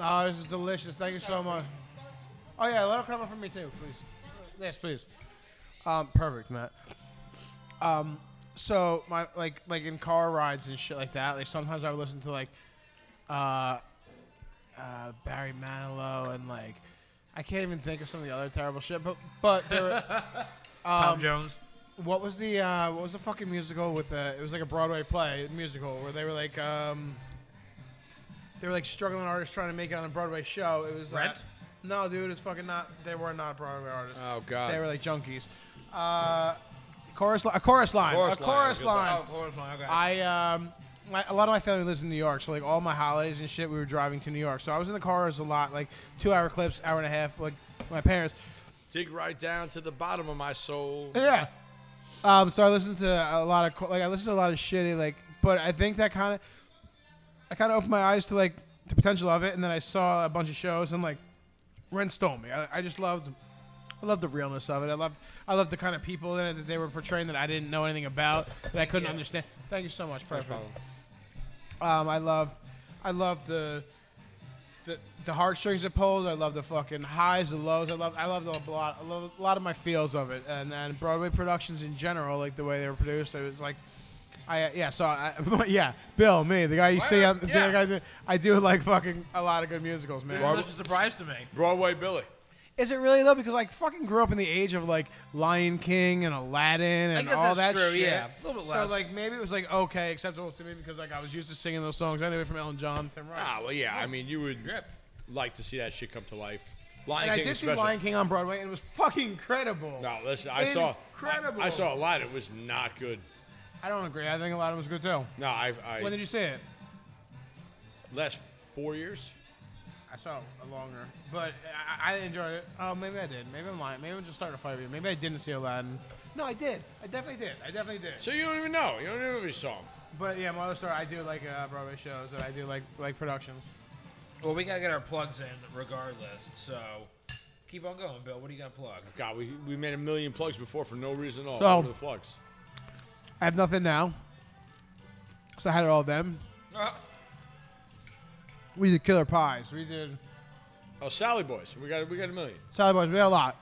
[SPEAKER 3] oh, this is delicious. Thank you so much. Oh yeah, a little crumble for me too, please. Yes, please. Um, perfect, Matt. Um, so my like like in car rides and shit like that. Like sometimes I would listen to like uh, uh, Barry Manilow and like I can't even think of some of the other terrible shit. But but there, were-
[SPEAKER 2] Tom
[SPEAKER 3] um,
[SPEAKER 2] Jones.
[SPEAKER 3] what was the uh, what was the fucking musical with the? It was like a Broadway play musical where they were like um, they were like struggling artists trying to make it on a Broadway show. It was
[SPEAKER 2] Rent?
[SPEAKER 3] Uh, no, dude, it's fucking not. They were not Broadway artists.
[SPEAKER 4] Oh, God.
[SPEAKER 3] they were like junkies. Uh, chorus, li- a chorus line,
[SPEAKER 4] Chorus
[SPEAKER 3] a
[SPEAKER 4] line, I
[SPEAKER 3] chorus
[SPEAKER 4] guess.
[SPEAKER 3] line.
[SPEAKER 2] Oh, of course, okay.
[SPEAKER 3] I um, my, a lot of my family lives in New York, so like all my holidays and shit, we were driving to New York. So I was in the cars a lot, like two hour clips, hour and a half, like my parents.
[SPEAKER 4] Dig right down to the bottom of my soul.
[SPEAKER 3] Yeah. Um, so I listened to a lot of qu- like I listened to a lot of shitty like, but I think that kind of I kind of opened my eyes to like the potential of it, and then I saw a bunch of shows and like Rent stole me. I, I just loved I loved the realness of it. I loved I loved the kind of people in it that they were portraying that I didn't know anything about that I couldn't understand. Thank you so much, Perfect. Um, I loved I loved the. The, the heartstrings it pulled. I love the fucking highs, the lows. I love I loved a lot, a lo- a lot of my feels of it, and and Broadway productions in general, like the way they were produced. It was like, I yeah, so I yeah, Bill, me, the guy you see, on, the
[SPEAKER 2] Yeah.
[SPEAKER 3] guy that- I do like fucking a lot of good musicals, man.
[SPEAKER 2] This is such a surprise to me.
[SPEAKER 4] Broadway Billy.
[SPEAKER 3] Is it really though? Because like fucking grew up in the age of like Lion King and Aladdin and
[SPEAKER 2] guess
[SPEAKER 3] all
[SPEAKER 2] that's
[SPEAKER 3] that
[SPEAKER 2] true,
[SPEAKER 3] shit.
[SPEAKER 2] yeah. A little bit
[SPEAKER 3] So
[SPEAKER 2] less.
[SPEAKER 3] like maybe it was like okay, acceptable to me because like I was used to singing those songs anyway from Ellen John, Tim Rice.
[SPEAKER 4] Ah, well, yeah. I mean, you would like to see that shit come to life. Lion
[SPEAKER 3] and I
[SPEAKER 4] King
[SPEAKER 3] did see
[SPEAKER 4] especially.
[SPEAKER 3] Lion King on Broadway and it was fucking incredible.
[SPEAKER 4] No, listen. I saw.
[SPEAKER 3] Incredible.
[SPEAKER 4] I, I saw a lot. It was not good.
[SPEAKER 3] I don't agree. I think Aladdin was good too.
[SPEAKER 4] No, I. I
[SPEAKER 3] When did you see it?
[SPEAKER 4] last four years.
[SPEAKER 3] I saw it longer, but I, I enjoyed it. Oh, maybe I did. Maybe I'm lying. Maybe I'm just starting to fight with you. Maybe I didn't see Aladdin. No, I did. I definitely did. I definitely did.
[SPEAKER 4] So you don't even know. You don't even know if you saw him.
[SPEAKER 3] But yeah, my other story. I do like uh, Broadway shows, and I do like like productions.
[SPEAKER 2] Well, we gotta get our plugs in regardless. So keep on going, Bill. What do you got to plug?
[SPEAKER 4] God, we, we made a million plugs before for no reason at all.
[SPEAKER 3] So-
[SPEAKER 4] What were the plugs.
[SPEAKER 3] I have nothing now. So I had it all them.
[SPEAKER 2] Uh,
[SPEAKER 3] We did Killer Pies. We did
[SPEAKER 4] Oh, Sally Boys. We got we got a million.
[SPEAKER 3] Sally Boys. We had a lot.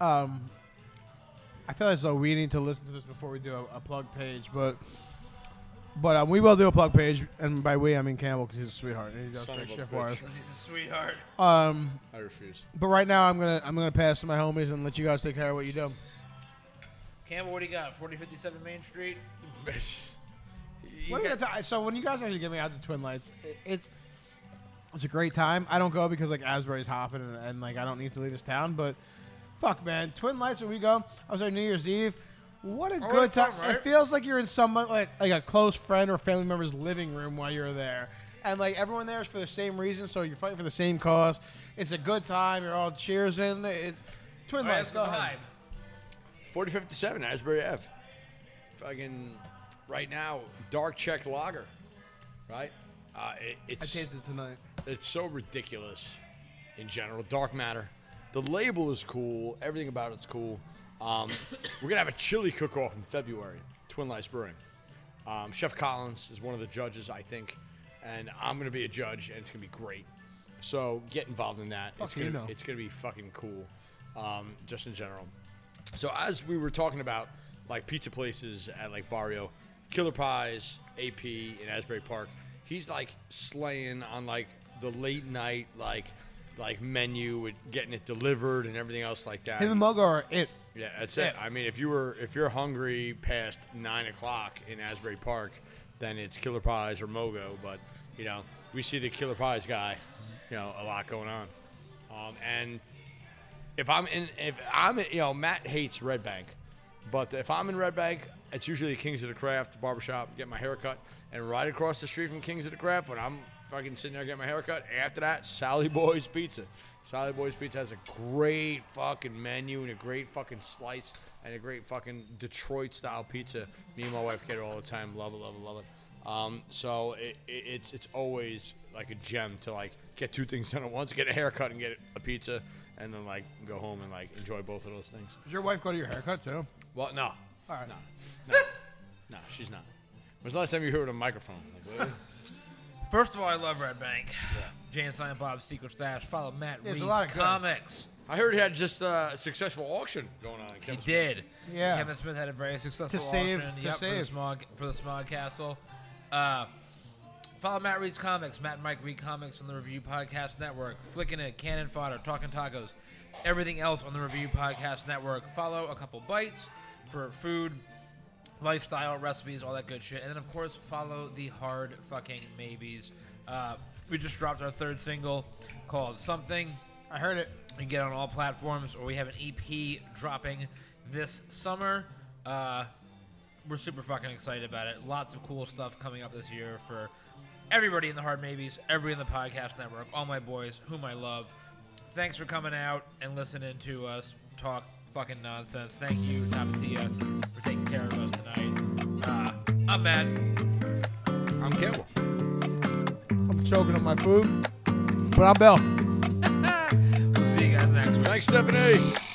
[SPEAKER 3] Um, I feel as though we need to listen to this before we do a, a plug page, but but um, we will do a plug page, and by we I mean Campbell because he's a sweetheart and he does
[SPEAKER 4] Son
[SPEAKER 3] great
[SPEAKER 4] of a
[SPEAKER 3] shit for us.
[SPEAKER 4] bitch.
[SPEAKER 2] he's a sweetheart.
[SPEAKER 3] Um,
[SPEAKER 4] I refuse.
[SPEAKER 3] but right now I'm gonna I'm gonna pass to my homies and let you guys take care of what you do.
[SPEAKER 2] Campbell, what do you got? 4057 Main Street.
[SPEAKER 3] What are the ti- so when you guys actually get me out to Twin Lights, i- it's it's a great time. I don't go because like Asbury's hopping and, and like I don't need to leave this town. But fuck, man, Twin Lights when we go, I was there New Year's Eve. What a good
[SPEAKER 2] Oh, it's fun,
[SPEAKER 3] time!
[SPEAKER 2] right?
[SPEAKER 3] It feels like you're in someone like like a close friend or family member's living room while you're there. And like everyone there is for the same reason, so you're fighting for the same cause. It's a good time. You're all cheersing. It, Twin
[SPEAKER 2] All right,
[SPEAKER 3] Lights,
[SPEAKER 2] let's
[SPEAKER 3] go
[SPEAKER 2] go
[SPEAKER 3] ahead.
[SPEAKER 2] vibe.
[SPEAKER 4] 4057 Asbury F. Fucking right now, dark check lager. Right? Uh,
[SPEAKER 3] I
[SPEAKER 4] it, it's
[SPEAKER 3] tasted it tonight.
[SPEAKER 4] it's so ridiculous in general. Dark matter. The label is cool. Everything about it's cool. Um, we're gonna have a chili cook-off in February. Twin Lights Brewing. Um, Chef Collins is one of the judges, I think, and I'm gonna be a judge, and it's gonna be great. So get involved in that. it's
[SPEAKER 3] you
[SPEAKER 4] gonna
[SPEAKER 3] know.
[SPEAKER 4] it's gonna be fucking cool, um, just in general. So as we were talking about, like pizza places at like Barrio, Killer Pies, AP in Asbury Park, he's like slaying on like the late night like like menu with getting it delivered and everything else like that.
[SPEAKER 3] Him and Mogo are it.
[SPEAKER 4] Yeah, that's it.
[SPEAKER 3] Yeah.
[SPEAKER 4] I mean, if you were if you're hungry past nine o'clock in Asbury Park, then it's Killer Pies or Mogo. But you know, we see the Killer Pies guy, you know, a lot going on. Um, and if I'm in, if I'm in, you know, Matt hates Red Bank, but if I'm in Red Bank, it's usually Kings of the Craft barbershop, get my haircut, and right across the street from Kings of the Craft, when I'm fucking sitting there getting my haircut, after that, Sally Boy's Pizza. Sally Boy's Pizza has a great fucking menu and a great fucking slice and a great fucking Detroit style pizza. Me and my wife get it all the time. Love it, love it, love it. Um, so it, it, it's it's always like a gem to like get two things done at once: get a haircut and get a pizza, and then like go home and like enjoy both of those things.
[SPEAKER 3] Does your wife go to your haircut too?
[SPEAKER 4] Well, no,
[SPEAKER 3] All right.
[SPEAKER 4] no, no, no, she's not. When's the last time you heard a microphone? Like, what?
[SPEAKER 2] First of all, I love Red Bank. Jane Silent Bob Secret Stash. Follow Matt
[SPEAKER 3] There's
[SPEAKER 2] Reed's
[SPEAKER 3] a lot of good.
[SPEAKER 2] comics.
[SPEAKER 4] I heard he had just uh, a successful auction going on. in
[SPEAKER 2] He
[SPEAKER 4] Kevin Smith.
[SPEAKER 2] did.
[SPEAKER 3] Yeah.
[SPEAKER 2] Kevin Smith had a very successful
[SPEAKER 3] To save-
[SPEAKER 2] auction
[SPEAKER 3] to
[SPEAKER 2] yep, For, the
[SPEAKER 3] save.
[SPEAKER 2] smog, for the Smog Castle. Uh, follow Matt Reed's comics. Matt and Mike read comics on the Review Podcast Network. Flicking it, Cannon Fodder, Talking Tacos. Everything else on the Review Podcast Network. Follow a couple bites for food, lifestyle recipes, all that good shit. And then, of course, follow the hard fucking maybes. Uh, we just dropped our third single called Something.
[SPEAKER 3] I heard it.
[SPEAKER 2] You can get on all platforms, or we have an EP dropping this summer. Uh, we're super fucking excited about it. Lots of cool stuff coming up this year for everybody in the Hard Maybes, everybody in the podcast network, all my boys, whom I love. Thanks for coming out and listening to us talk fucking nonsense. Thank you, Tapatia, for taking care of us tonight. Uh, I'm Matt.
[SPEAKER 4] I'm Campbell.
[SPEAKER 3] I'm choking on my food, but I'm Bill.
[SPEAKER 2] We'll see you guys next week.
[SPEAKER 4] Thanks, Stephanie.